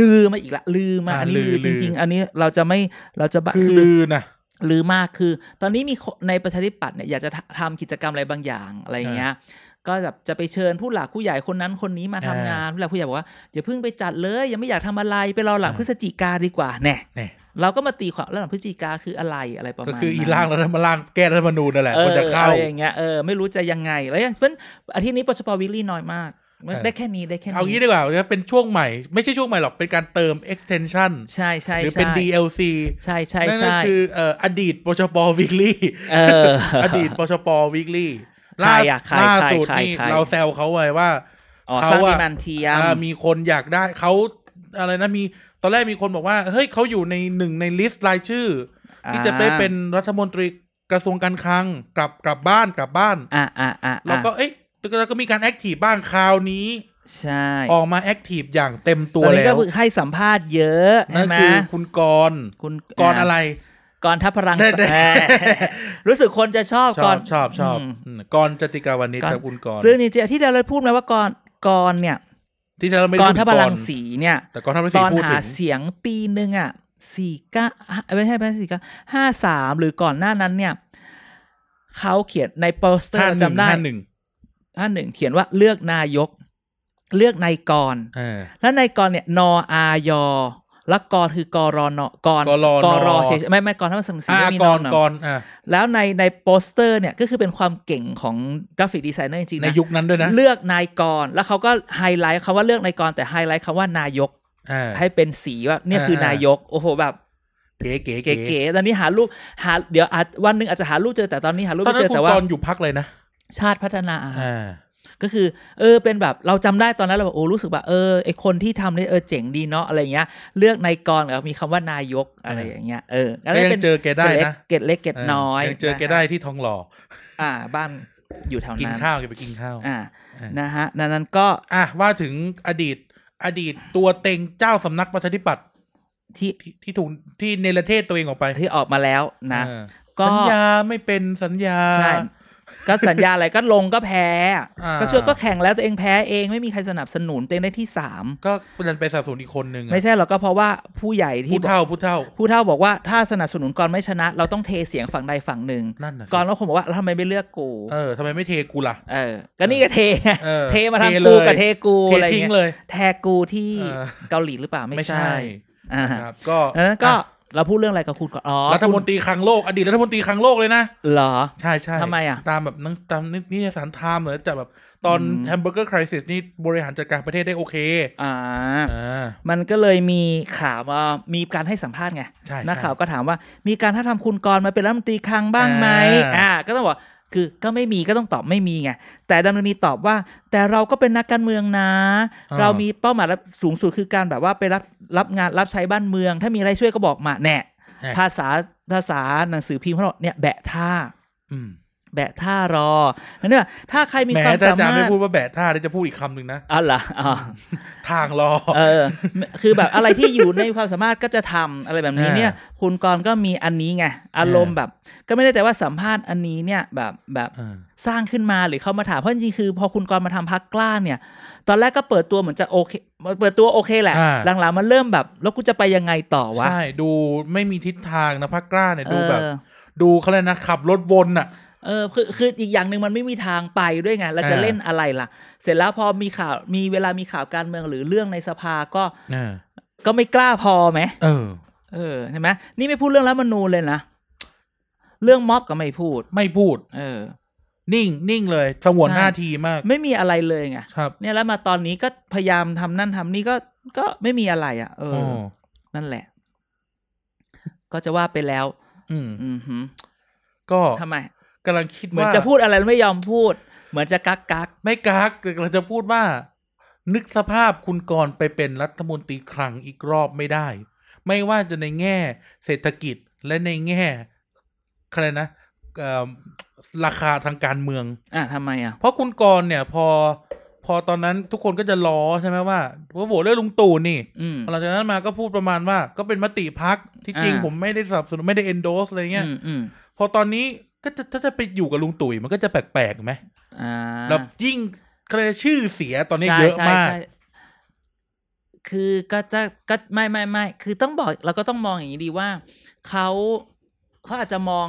[SPEAKER 1] ลือมาอีกละลือมา
[SPEAKER 2] อ่า
[SPEAKER 1] อันนี้ลื
[SPEAKER 2] ลื
[SPEAKER 1] อ
[SPEAKER 2] อ
[SPEAKER 1] จ
[SPEAKER 2] ลือ
[SPEAKER 1] ริง ๆ อันนี้เราจะไม่เราจะบะ
[SPEAKER 2] คือ
[SPEAKER 1] คือ
[SPEAKER 2] ลือนะ
[SPEAKER 1] ลือมากคือ ตอนนี้มีคนในประชาธิปัตย์เนี่ยอยากจะทำทำกิจกรรมอะไรบางอย่างอะไรเงี้ย ก็แบบจะไปเชิญผู้หลักผู้ใหญ่คนนั้นคนนี้มาทำงานผู้หลักผู้ใหญ่บอกว่าอย่าเพิ่งไปจัดเลย ยังไม่อยากทำอะไรไปรอหลัง
[SPEAKER 2] อ่า
[SPEAKER 1] พฤศจิกาดีกว่าแน่
[SPEAKER 2] เนี่ย
[SPEAKER 1] เราก็มาตีความแล้วหลังพฤศจิกาคืออะไรอะไรประมาณ
[SPEAKER 2] ก็
[SPEAKER 1] นั้น
[SPEAKER 2] คืออีร่างรัฐธรรมร่างแก้รัฐธรรมนูญนั่นแหละ
[SPEAKER 1] เอ
[SPEAKER 2] มัน
[SPEAKER 1] อ
[SPEAKER 2] จะเข้า
[SPEAKER 1] อะไรอย่างเงี้ยเออไม่รู้จะยังไงแล้วอย่างเพราะฉะนั้นอาทิตย์นี้ปชปวิลลี่น้อยมาก
[SPEAKER 2] เออ
[SPEAKER 1] ได้แค่นี้ได้แค่นี้
[SPEAKER 2] เอางี้ดีกว่าจะเป็นช่วงใหม่ ไม่ใช่ช่วงใหม่หรอก เป็นการเติม extension
[SPEAKER 1] ใช่ใช่
[SPEAKER 2] หรือ
[SPEAKER 1] ใช่
[SPEAKER 2] เป็น DLC
[SPEAKER 1] ใช่ใช่
[SPEAKER 2] นั่นก็
[SPEAKER 1] ใช่
[SPEAKER 2] คือเอ่ออดีตปชป weekly
[SPEAKER 1] เออ
[SPEAKER 2] อดีตปชป weekly
[SPEAKER 1] ใครอะใคร
[SPEAKER 2] ล่า
[SPEAKER 1] ใคร
[SPEAKER 2] สุด
[SPEAKER 1] ใคร
[SPEAKER 2] นี่
[SPEAKER 1] ใคร
[SPEAKER 2] เราแซวเขาไว้ว่า
[SPEAKER 1] อ๋อ
[SPEAKER 2] เขา
[SPEAKER 1] สร้างดี
[SPEAKER 2] อะ
[SPEAKER 1] มันเทีย
[SPEAKER 2] อ่าม มีคนอยากได้เขาอะไรนะมีตอนแรกมีคนบอกว่า เฮ้ยเขาอยู่ในหนึ่งในลิสต์รายชื่อ ที่จะได้เป็นรัฐมนตรีกระทรวงการคลังกลับกลับบ้านกลับบ้าน
[SPEAKER 1] อ่าอ่าอ่า
[SPEAKER 2] แล้วก็เอ๊ะแล้วก็มีการแอคทีฟบ้างคราวนี้
[SPEAKER 1] ใช่
[SPEAKER 2] ออกมาแอคทีฟอย่างเต็มตั
[SPEAKER 1] ตัว วนี้
[SPEAKER 2] แล้
[SPEAKER 1] ก็
[SPEAKER 2] ว
[SPEAKER 1] ให้สัมภาษณ์เยอะ
[SPEAKER 2] นั่
[SPEAKER 1] ใช่
[SPEAKER 2] น
[SPEAKER 1] ไหม
[SPEAKER 2] คือคุณกรณ์
[SPEAKER 1] คุณ
[SPEAKER 2] กรณ์อะไร
[SPEAKER 1] กรทัพพรัง
[SPEAKER 2] ได้ได้
[SPEAKER 1] แหม รู้สึกคนจะชอบ
[SPEAKER 2] ช
[SPEAKER 1] ก
[SPEAKER 2] อ
[SPEAKER 1] ร
[SPEAKER 2] บชอบชอบอืมกรณ์จติกาวนิช
[SPEAKER 1] กรณ์
[SPEAKER 2] ครับคุณกรณ์
[SPEAKER 1] ซึ่งจริงๆที่เราพูดมาว่ากรกรเนี่ย
[SPEAKER 2] ที่เราไม่
[SPEAKER 1] ก
[SPEAKER 2] ได้
[SPEAKER 1] ร
[SPEAKER 2] พูด
[SPEAKER 1] ทัพ
[SPEAKER 2] ถึ
[SPEAKER 1] พ
[SPEAKER 2] ง
[SPEAKER 1] ลังสีเนี่ย
[SPEAKER 2] แต่กรณ์ทัพพลัง
[SPEAKER 1] ต
[SPEAKER 2] สี
[SPEAKER 1] อน
[SPEAKER 2] พูด
[SPEAKER 1] หา
[SPEAKER 2] ถึง
[SPEAKER 1] เสียงปีหนึ่งอ่ะสี่เก้าไม่ใช่ไม่ใช่สี่เก้าห้าสามหรือก่อนหน้านั้นเนี่ยเขาเขียนในโปสเตอ
[SPEAKER 2] ห้า
[SPEAKER 1] ร์
[SPEAKER 2] หนึ่ง
[SPEAKER 1] จำได้
[SPEAKER 2] ห้าหนึ่ง
[SPEAKER 1] ห้าหนึ่งเขียนว่าเลือกนายก เลือกนายกร
[SPEAKER 2] เออ
[SPEAKER 1] แล้วนายกรเนี่ยนออายอแล้วกรคือกรอนกร
[SPEAKER 2] กรน
[SPEAKER 1] กรเฉยๆไม่ไม่กรทั้งสังสี
[SPEAKER 2] อ่า
[SPEAKER 1] ไม่มี
[SPEAKER 2] ก
[SPEAKER 1] นอ
[SPEAKER 2] ร
[SPEAKER 1] น
[SPEAKER 2] ณ์
[SPEAKER 1] อะ
[SPEAKER 2] กรณ์อ่ะ
[SPEAKER 1] แล้วในในโปสเตอร์เนี่ยก็คือเป็นความเก่งของกราฟิกดีไซเนอร์จริงๆ
[SPEAKER 2] ใน
[SPEAKER 1] นะ
[SPEAKER 2] ยุคนั้นด้วยนะ
[SPEAKER 1] เลือกนายกร แล้วเขาก็ไฮไลท์คำว่าเลือกนายกร แต่ไฮไลท์คำว่านายก
[SPEAKER 2] อ่า
[SPEAKER 1] ให้เป็นสีว่าเนี่ยคือ
[SPEAKER 2] เออ
[SPEAKER 1] นายก โอ้โหแบบ
[SPEAKER 2] เก๋เก๋
[SPEAKER 1] เก๋ๆตอนนี้หารูปหาเดี๋ยวอาจวันหนึ่งอาจจะหารูปเจอแต่ตอนนี้หารูป
[SPEAKER 2] ตอน
[SPEAKER 1] ไม่
[SPEAKER 2] นั้
[SPEAKER 1] เจอ
[SPEAKER 2] นคุณ
[SPEAKER 1] แต่ว่าก
[SPEAKER 2] รณ์อยู่พักเลยนะ
[SPEAKER 1] ชาติพัฒนา
[SPEAKER 2] อ่า
[SPEAKER 1] ก็คือ เออเป็นแบบเราจำได้ตอนนั้นเราแบบโอ้รู้สึกแบบเออไอคนที่ทำเนี่ยเออเจ๋งดีเนาะอะไรเงี้ย เลือกนายกรกับมีคำว่านายกอะไร
[SPEAKER 2] เออ
[SPEAKER 1] อ
[SPEAKER 2] อ
[SPEAKER 1] ย่างเงี้ยเออ
[SPEAKER 2] ก็ยังเจอแกได้นะ
[SPEAKER 1] เกร็ดเล็กเกร็ดน้อย
[SPEAKER 2] ยังเจอแกได้ที่ทองหล่อ
[SPEAKER 1] อ่า บ้านอยู่แถว
[SPEAKER 2] กิน
[SPEAKER 1] นั้น
[SPEAKER 2] ข้าวอย่าไปกินข้าว
[SPEAKER 1] อ่า
[SPEAKER 2] อ่ะ
[SPEAKER 1] นะฮะดังนั้นก็
[SPEAKER 2] อ่ะว่าถึงอดีตอดีตตัวเต็งเจ้าสำนักประชาธิปัตย์
[SPEAKER 1] ที่
[SPEAKER 2] ที่ที่ถูกที่เนรเทศตัวเองออกไป
[SPEAKER 1] ที่ออกมาแล้วนะ
[SPEAKER 2] เออ
[SPEAKER 1] ก็
[SPEAKER 2] สัญญาไม่เป็นสัญญา
[SPEAKER 1] ใช่ ก็สัญญาอะไรก็ลงก็แพ้อะ
[SPEAKER 2] อ่า
[SPEAKER 1] ก็ช่วยก็แข่งแล้วตัวเองแพ้เองไม่มีใครสนับสนุนตัวเองได้ที่สาม
[SPEAKER 2] ก็ดันไปสนับสนุนอีกคนนึงอะ
[SPEAKER 1] ไม่ใช่หรอกก็เพราะว่าผู้ใหญ่ที่
[SPEAKER 2] ผู้เท่าผู้เท่า
[SPEAKER 1] ผู้เฒ่าบอกว่าถ้าสนับสนุนกรไม่ชนะ เราต้องเทเสียงฝั่งใดฝั่งหนึ่ง
[SPEAKER 2] นั่นนะสิ
[SPEAKER 1] กรก็คงบอกว่าแล้วทำไมไม่เลือกกู
[SPEAKER 2] เออทำไมไม่เทกูล่ะ
[SPEAKER 1] เออ ก็นี่ก็เทไง
[SPEAKER 2] เออ
[SPEAKER 1] เทมาทาง
[SPEAKER 2] เทเลย
[SPEAKER 1] กูกับเทกู
[SPEAKER 2] เท
[SPEAKER 1] อะไร
[SPEAKER 2] ทิ้ง
[SPEAKER 1] เงี้ย
[SPEAKER 2] เลย
[SPEAKER 1] แทกูที่
[SPEAKER 2] เออ
[SPEAKER 1] เกาหลีหรือเปล่าไม่
[SPEAKER 2] ไม่
[SPEAKER 1] ใช่
[SPEAKER 2] ใช่
[SPEAKER 1] อ่า
[SPEAKER 2] ครับก็
[SPEAKER 1] ดังนั้นก็
[SPEAKER 2] อ่ะ
[SPEAKER 1] เราพูดเรื่องอะไรกับคุณก่อนอ๋อ
[SPEAKER 2] รัฐมนตรีคลังโลก อดีตรัฐมนตรีคลังโลกเลยนะ
[SPEAKER 1] คุณเหรอ
[SPEAKER 2] ใช่ใช่
[SPEAKER 1] ทำไมอ่ะ
[SPEAKER 2] ตามแบบหนังตามนิยสารไทม์เหรือจะแบบตอน
[SPEAKER 1] อืม
[SPEAKER 2] แฮมเบอร์เกอร์คริสนี่บริหารจัดการประเทศได้โอเค
[SPEAKER 1] อ่า
[SPEAKER 2] อ่า
[SPEAKER 1] มันก็เลยมีข่าวว่ามีการให้สัมภาษณ์ไง
[SPEAKER 2] ใช่ใช่
[SPEAKER 1] นักข่าวก็ถามว่า มีการถ้าทำคุณกรณ์มาเป็นรัฐมนตรีคลังบ้างไหม
[SPEAKER 2] อ่า
[SPEAKER 1] อ่า ก็ต้องบอกคือก็ไม่มีก็ต้องตอบไม่มีไงแต่ดำเนินมีตอบว่า แต่เราก็เป็นนักการเมืองนะ เรามีเป้าหมายรับสูงสุดคือการแบบว่าไปรับรับงานรับใช้บ้านเมือง ถ้ามีอะไรช่วยก็บอกมาแน่
[SPEAKER 2] แน่
[SPEAKER 1] ภาษาภาษาหนังสือพิมพ์เขาบอกเนี่ยแบะท่า
[SPEAKER 2] อืม
[SPEAKER 1] แบะท่ารอนั่นเนี่ยถ้าใครมี
[SPEAKER 2] แหม
[SPEAKER 1] ความ
[SPEAKER 2] ถ้า
[SPEAKER 1] สา
[SPEAKER 2] อาจาร
[SPEAKER 1] มา
[SPEAKER 2] ย์ไม่
[SPEAKER 1] รถ
[SPEAKER 2] พูดว่าแบะท่าเดี๋ยวจะพูดอีกคำหนึ่งนะ
[SPEAKER 1] อ๋อเหรออ๋อ
[SPEAKER 2] ทางรอ
[SPEAKER 1] เออ คือแบบอะไรที่อยู่ในความสามารถก็จะทำอะไรแบบนี้เนี่ย คุณกรณ์ก็มีอันนี้ไง อารมณ์แบบ ก็ไม่ได้แต่ว่าสัมภาษณ์อันนี้เนี่ยแบบแบบสร้างขึ้นมาหรือเขามาถามเพราะจริงๆคือ พอคุณกรณ์มาทำพักกล้าเนี่ย ตอนแรกก็เปิดตัวเหมือนจะโอเคเปิดตัวโอเคแหละ
[SPEAKER 2] อ่า
[SPEAKER 1] หลังๆมันเริ่มแบบ แล้วกูจะไปยังไงต่อวะ
[SPEAKER 2] ใช่ ดูไม่มีทิศทางนะพักกล้าเนี่ย
[SPEAKER 1] เอ
[SPEAKER 2] ดูแบบ
[SPEAKER 1] อ
[SPEAKER 2] ดูเขาเลยกนะขับรถวนอ่ะ
[SPEAKER 1] เออคือคืออีกอย่างหนึ่งมันไม่มีทางไปด้วยไงเราจะ
[SPEAKER 2] อ่า
[SPEAKER 1] เล่นอะไรล่ะ เสร็จแล้วพอมีข่าวมีเวลามีข่าวการเมืองหรือเรื่องในสภาก็ก็ไม่กล้าพอไหม
[SPEAKER 2] เออ
[SPEAKER 1] เออใช่ไหมนี่ไม่พูดเรื่องรัฐธรรมนูญเลยนะ เรื่องม็อบก็ไม่พูด
[SPEAKER 2] ไม่พูด
[SPEAKER 1] เออ
[SPEAKER 2] นิ่งนิ่งเลยสงวน
[SPEAKER 1] ใช่
[SPEAKER 2] หน้าทีมาก
[SPEAKER 1] ไม่มีอะไรเลยไง
[SPEAKER 2] ครับ
[SPEAKER 1] เนี่ยแล้วมาตอนนี้ก็พยายามทำนั่นทำนี่ก็ก็ไม่มีอะไรอะ่ะ เออ
[SPEAKER 2] อ
[SPEAKER 1] นั่นแหละ ก็จะว่าไปแล้ว
[SPEAKER 2] อืม
[SPEAKER 1] อือหือ
[SPEAKER 2] ก็
[SPEAKER 1] ทำไม
[SPEAKER 2] กำลังคิด
[SPEAKER 1] เหมือน
[SPEAKER 2] ว่า
[SPEAKER 1] จะพูดอะไรแล้วไม่ยอมพูด เหมือนจะกักกัก
[SPEAKER 2] ไม่กากแต่เราจะพูดว่า นึกสภาพคุณกรณ์ไปเป็นรัฐมนตรีคลังอีกรอบไม่ได้ ไม่ว่าจะในแง่เศรษฐกิจและในแง่อะไรนะเอ่อราคาทางการเมือง
[SPEAKER 1] อ่ะทำไมอ่ะ
[SPEAKER 2] เพราะคุณกรณ์เนี่ย พอ พอตอนนั้นทุกคนก็จะล้อใช่ไหมว่าว่าโหวตเลือกลุงตู่นี่
[SPEAKER 1] อืม
[SPEAKER 2] หลังจากนั้นมาก็พูดประมาณว่า ก็เป็นมติพักที่จริง
[SPEAKER 1] อ่า
[SPEAKER 2] ผมไม่ได้สนับสนุนไม่ได้ endorse อะไรเงี้ย
[SPEAKER 1] อืมอืม
[SPEAKER 2] พอตอนนี้ก็จะถ้าจะไปอยู่กับลุงตู่อีกมันก็จะแปลกๆไหม
[SPEAKER 1] อ่า
[SPEAKER 2] แล้วยิ่งเขาเรียกชื่อเสียตอนนี้
[SPEAKER 1] ใช่
[SPEAKER 2] เยอะ
[SPEAKER 1] ใช่
[SPEAKER 2] มาก
[SPEAKER 1] ใช่คือก็จะก็ไม่ไม่ไม่คือต้องบอกเราก็ต้องมองอย่างนี้ดีว่าเขาเขาอาจจะมอง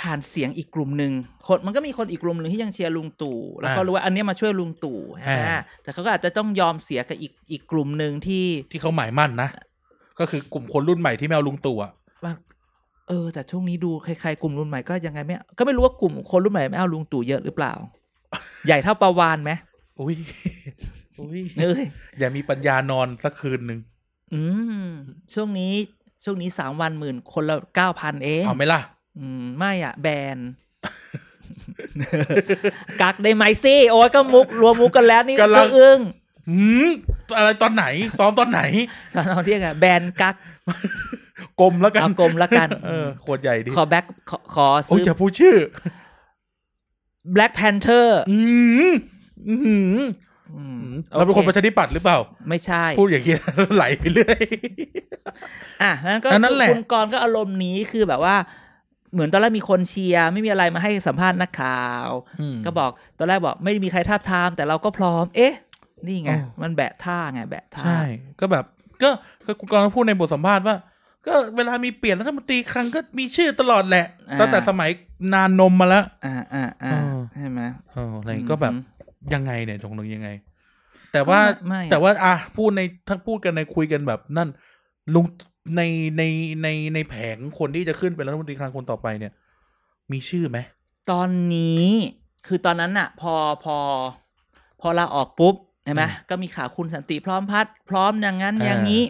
[SPEAKER 1] ฐานเสียงอีกกลุ่มหนึ่งคนมันก็มีคนอีกกลุ่มหนึ่งที่ยังเชียร์ลุงตู่แล้วก็
[SPEAKER 2] อ่ารู้
[SPEAKER 1] รู้ว่าอันเนี้ยมาช่วยลุงตู่ใช่ไหม
[SPEAKER 2] อ่า
[SPEAKER 1] แต่เขาก็อาจจะต้องยอมเสียกับอีกอีกกลุ่มหนึ่งที่
[SPEAKER 2] ที่เขาหมายมั่นนะ ก็คือกลุ่มคนรุ่นใหม่ที่ไม่เอาลุงตู่อะ
[SPEAKER 1] ว่าเออ แต่ช่วงนี้ดูใครๆกลุ่มรุ่นใหม่ก็ยังไงไม่ก็ไม่รู้ว่ากลุ่มคนรุ่นใหม่ไม่เอาลุงตู่เยอะหรือเปล่า ใหญ่เท่าประวานไหม
[SPEAKER 2] อุ้ย อุ้ย
[SPEAKER 1] เอ้ย
[SPEAKER 2] อย่ามีปัญญานอนสักคืนหนึ่ง
[SPEAKER 1] อืม ช่วงนี้ช่วงนี้สามวันหมื่นคนละเก้าพันเอง
[SPEAKER 2] เอาไหมล่ะ
[SPEAKER 1] อืม ไม่อ่ะ แบ น กักได้ไหมสิโอ้ยก็มุกรวมมุกกันแล้วนี่
[SPEAKER 2] กำลั
[SPEAKER 1] ก็
[SPEAKER 2] ง
[SPEAKER 1] อึ้ง
[SPEAKER 2] อืมอะไรตอนไหนซ้อมตอนไหน
[SPEAKER 1] ตอนเราเที่ยงอะแบนกัก
[SPEAKER 2] กลมแล้วกัน
[SPEAKER 1] เอากลมละกัน
[SPEAKER 2] เออขวดใหญ่ดิ
[SPEAKER 1] ขอแบ็คขอขอ
[SPEAKER 2] โอ้
[SPEAKER 1] ซื้
[SPEAKER 2] ย
[SPEAKER 1] อ
[SPEAKER 2] อย่าพูดชื่อ
[SPEAKER 1] Black Panther
[SPEAKER 2] อืมอืม
[SPEAKER 1] อืม
[SPEAKER 2] เราเป็นคนประชาธิปัตย์หรือเปล่า
[SPEAKER 1] ไม่ใช่
[SPEAKER 2] พูดอย่างนี้ ย ไหลไปเรื่อย
[SPEAKER 1] อ่ะนั้นก็
[SPEAKER 2] อันนั้นแหละ
[SPEAKER 1] คุณกรณ์ก็อารมณ์นี้คือแบบว่า เหมือนตอนแรกมีคนเชียร์ไม่มีอะไรมาให้สัมภาษณ์นักข่าว ก็บอกตอนแรกบอกไม่มีใครทาบทาม แต่เราก็พร้อม เอ๊ะ นี่ไง
[SPEAKER 2] อ๋อ
[SPEAKER 1] มันแบะท่าไง แบะท่า
[SPEAKER 2] ใช่ ก็แบบ ก็ก็คุณกรณ์พูดในบทสัมภาษณ์ว่า ก็เวลามีเปลี่ยนรัฐมนตรีครั้งก็มีชื่อตลอดแหละ ตั้งแต่สมัยนานนมมาแล้ว
[SPEAKER 1] อ่าอ่าอ่า
[SPEAKER 2] เออ
[SPEAKER 1] ใช่ไหม
[SPEAKER 2] เอออะไรก็แบบ
[SPEAKER 1] อืม
[SPEAKER 2] ยังไงเนี่ยตรงนึงยังไง แต่ว่า
[SPEAKER 1] ก็ไม่
[SPEAKER 2] แต่ว่าอ่ะพูดในถ้าพูดกันในคุยกันแบบนั่นลุงในในในในแผงคนที่จะขึ้นเป็นรัฐมนตรีคลังคนต่อไปเนี่ย มีชื่อไหม
[SPEAKER 1] ตอนนี้คือตอนนั้นน่ะ พอพอ พอลาออกปุ๊บใช่ไหมก็มีข่าวคุณสันติพร้อมพัฒน์พร้อมอย่างนั้นอย่างนี้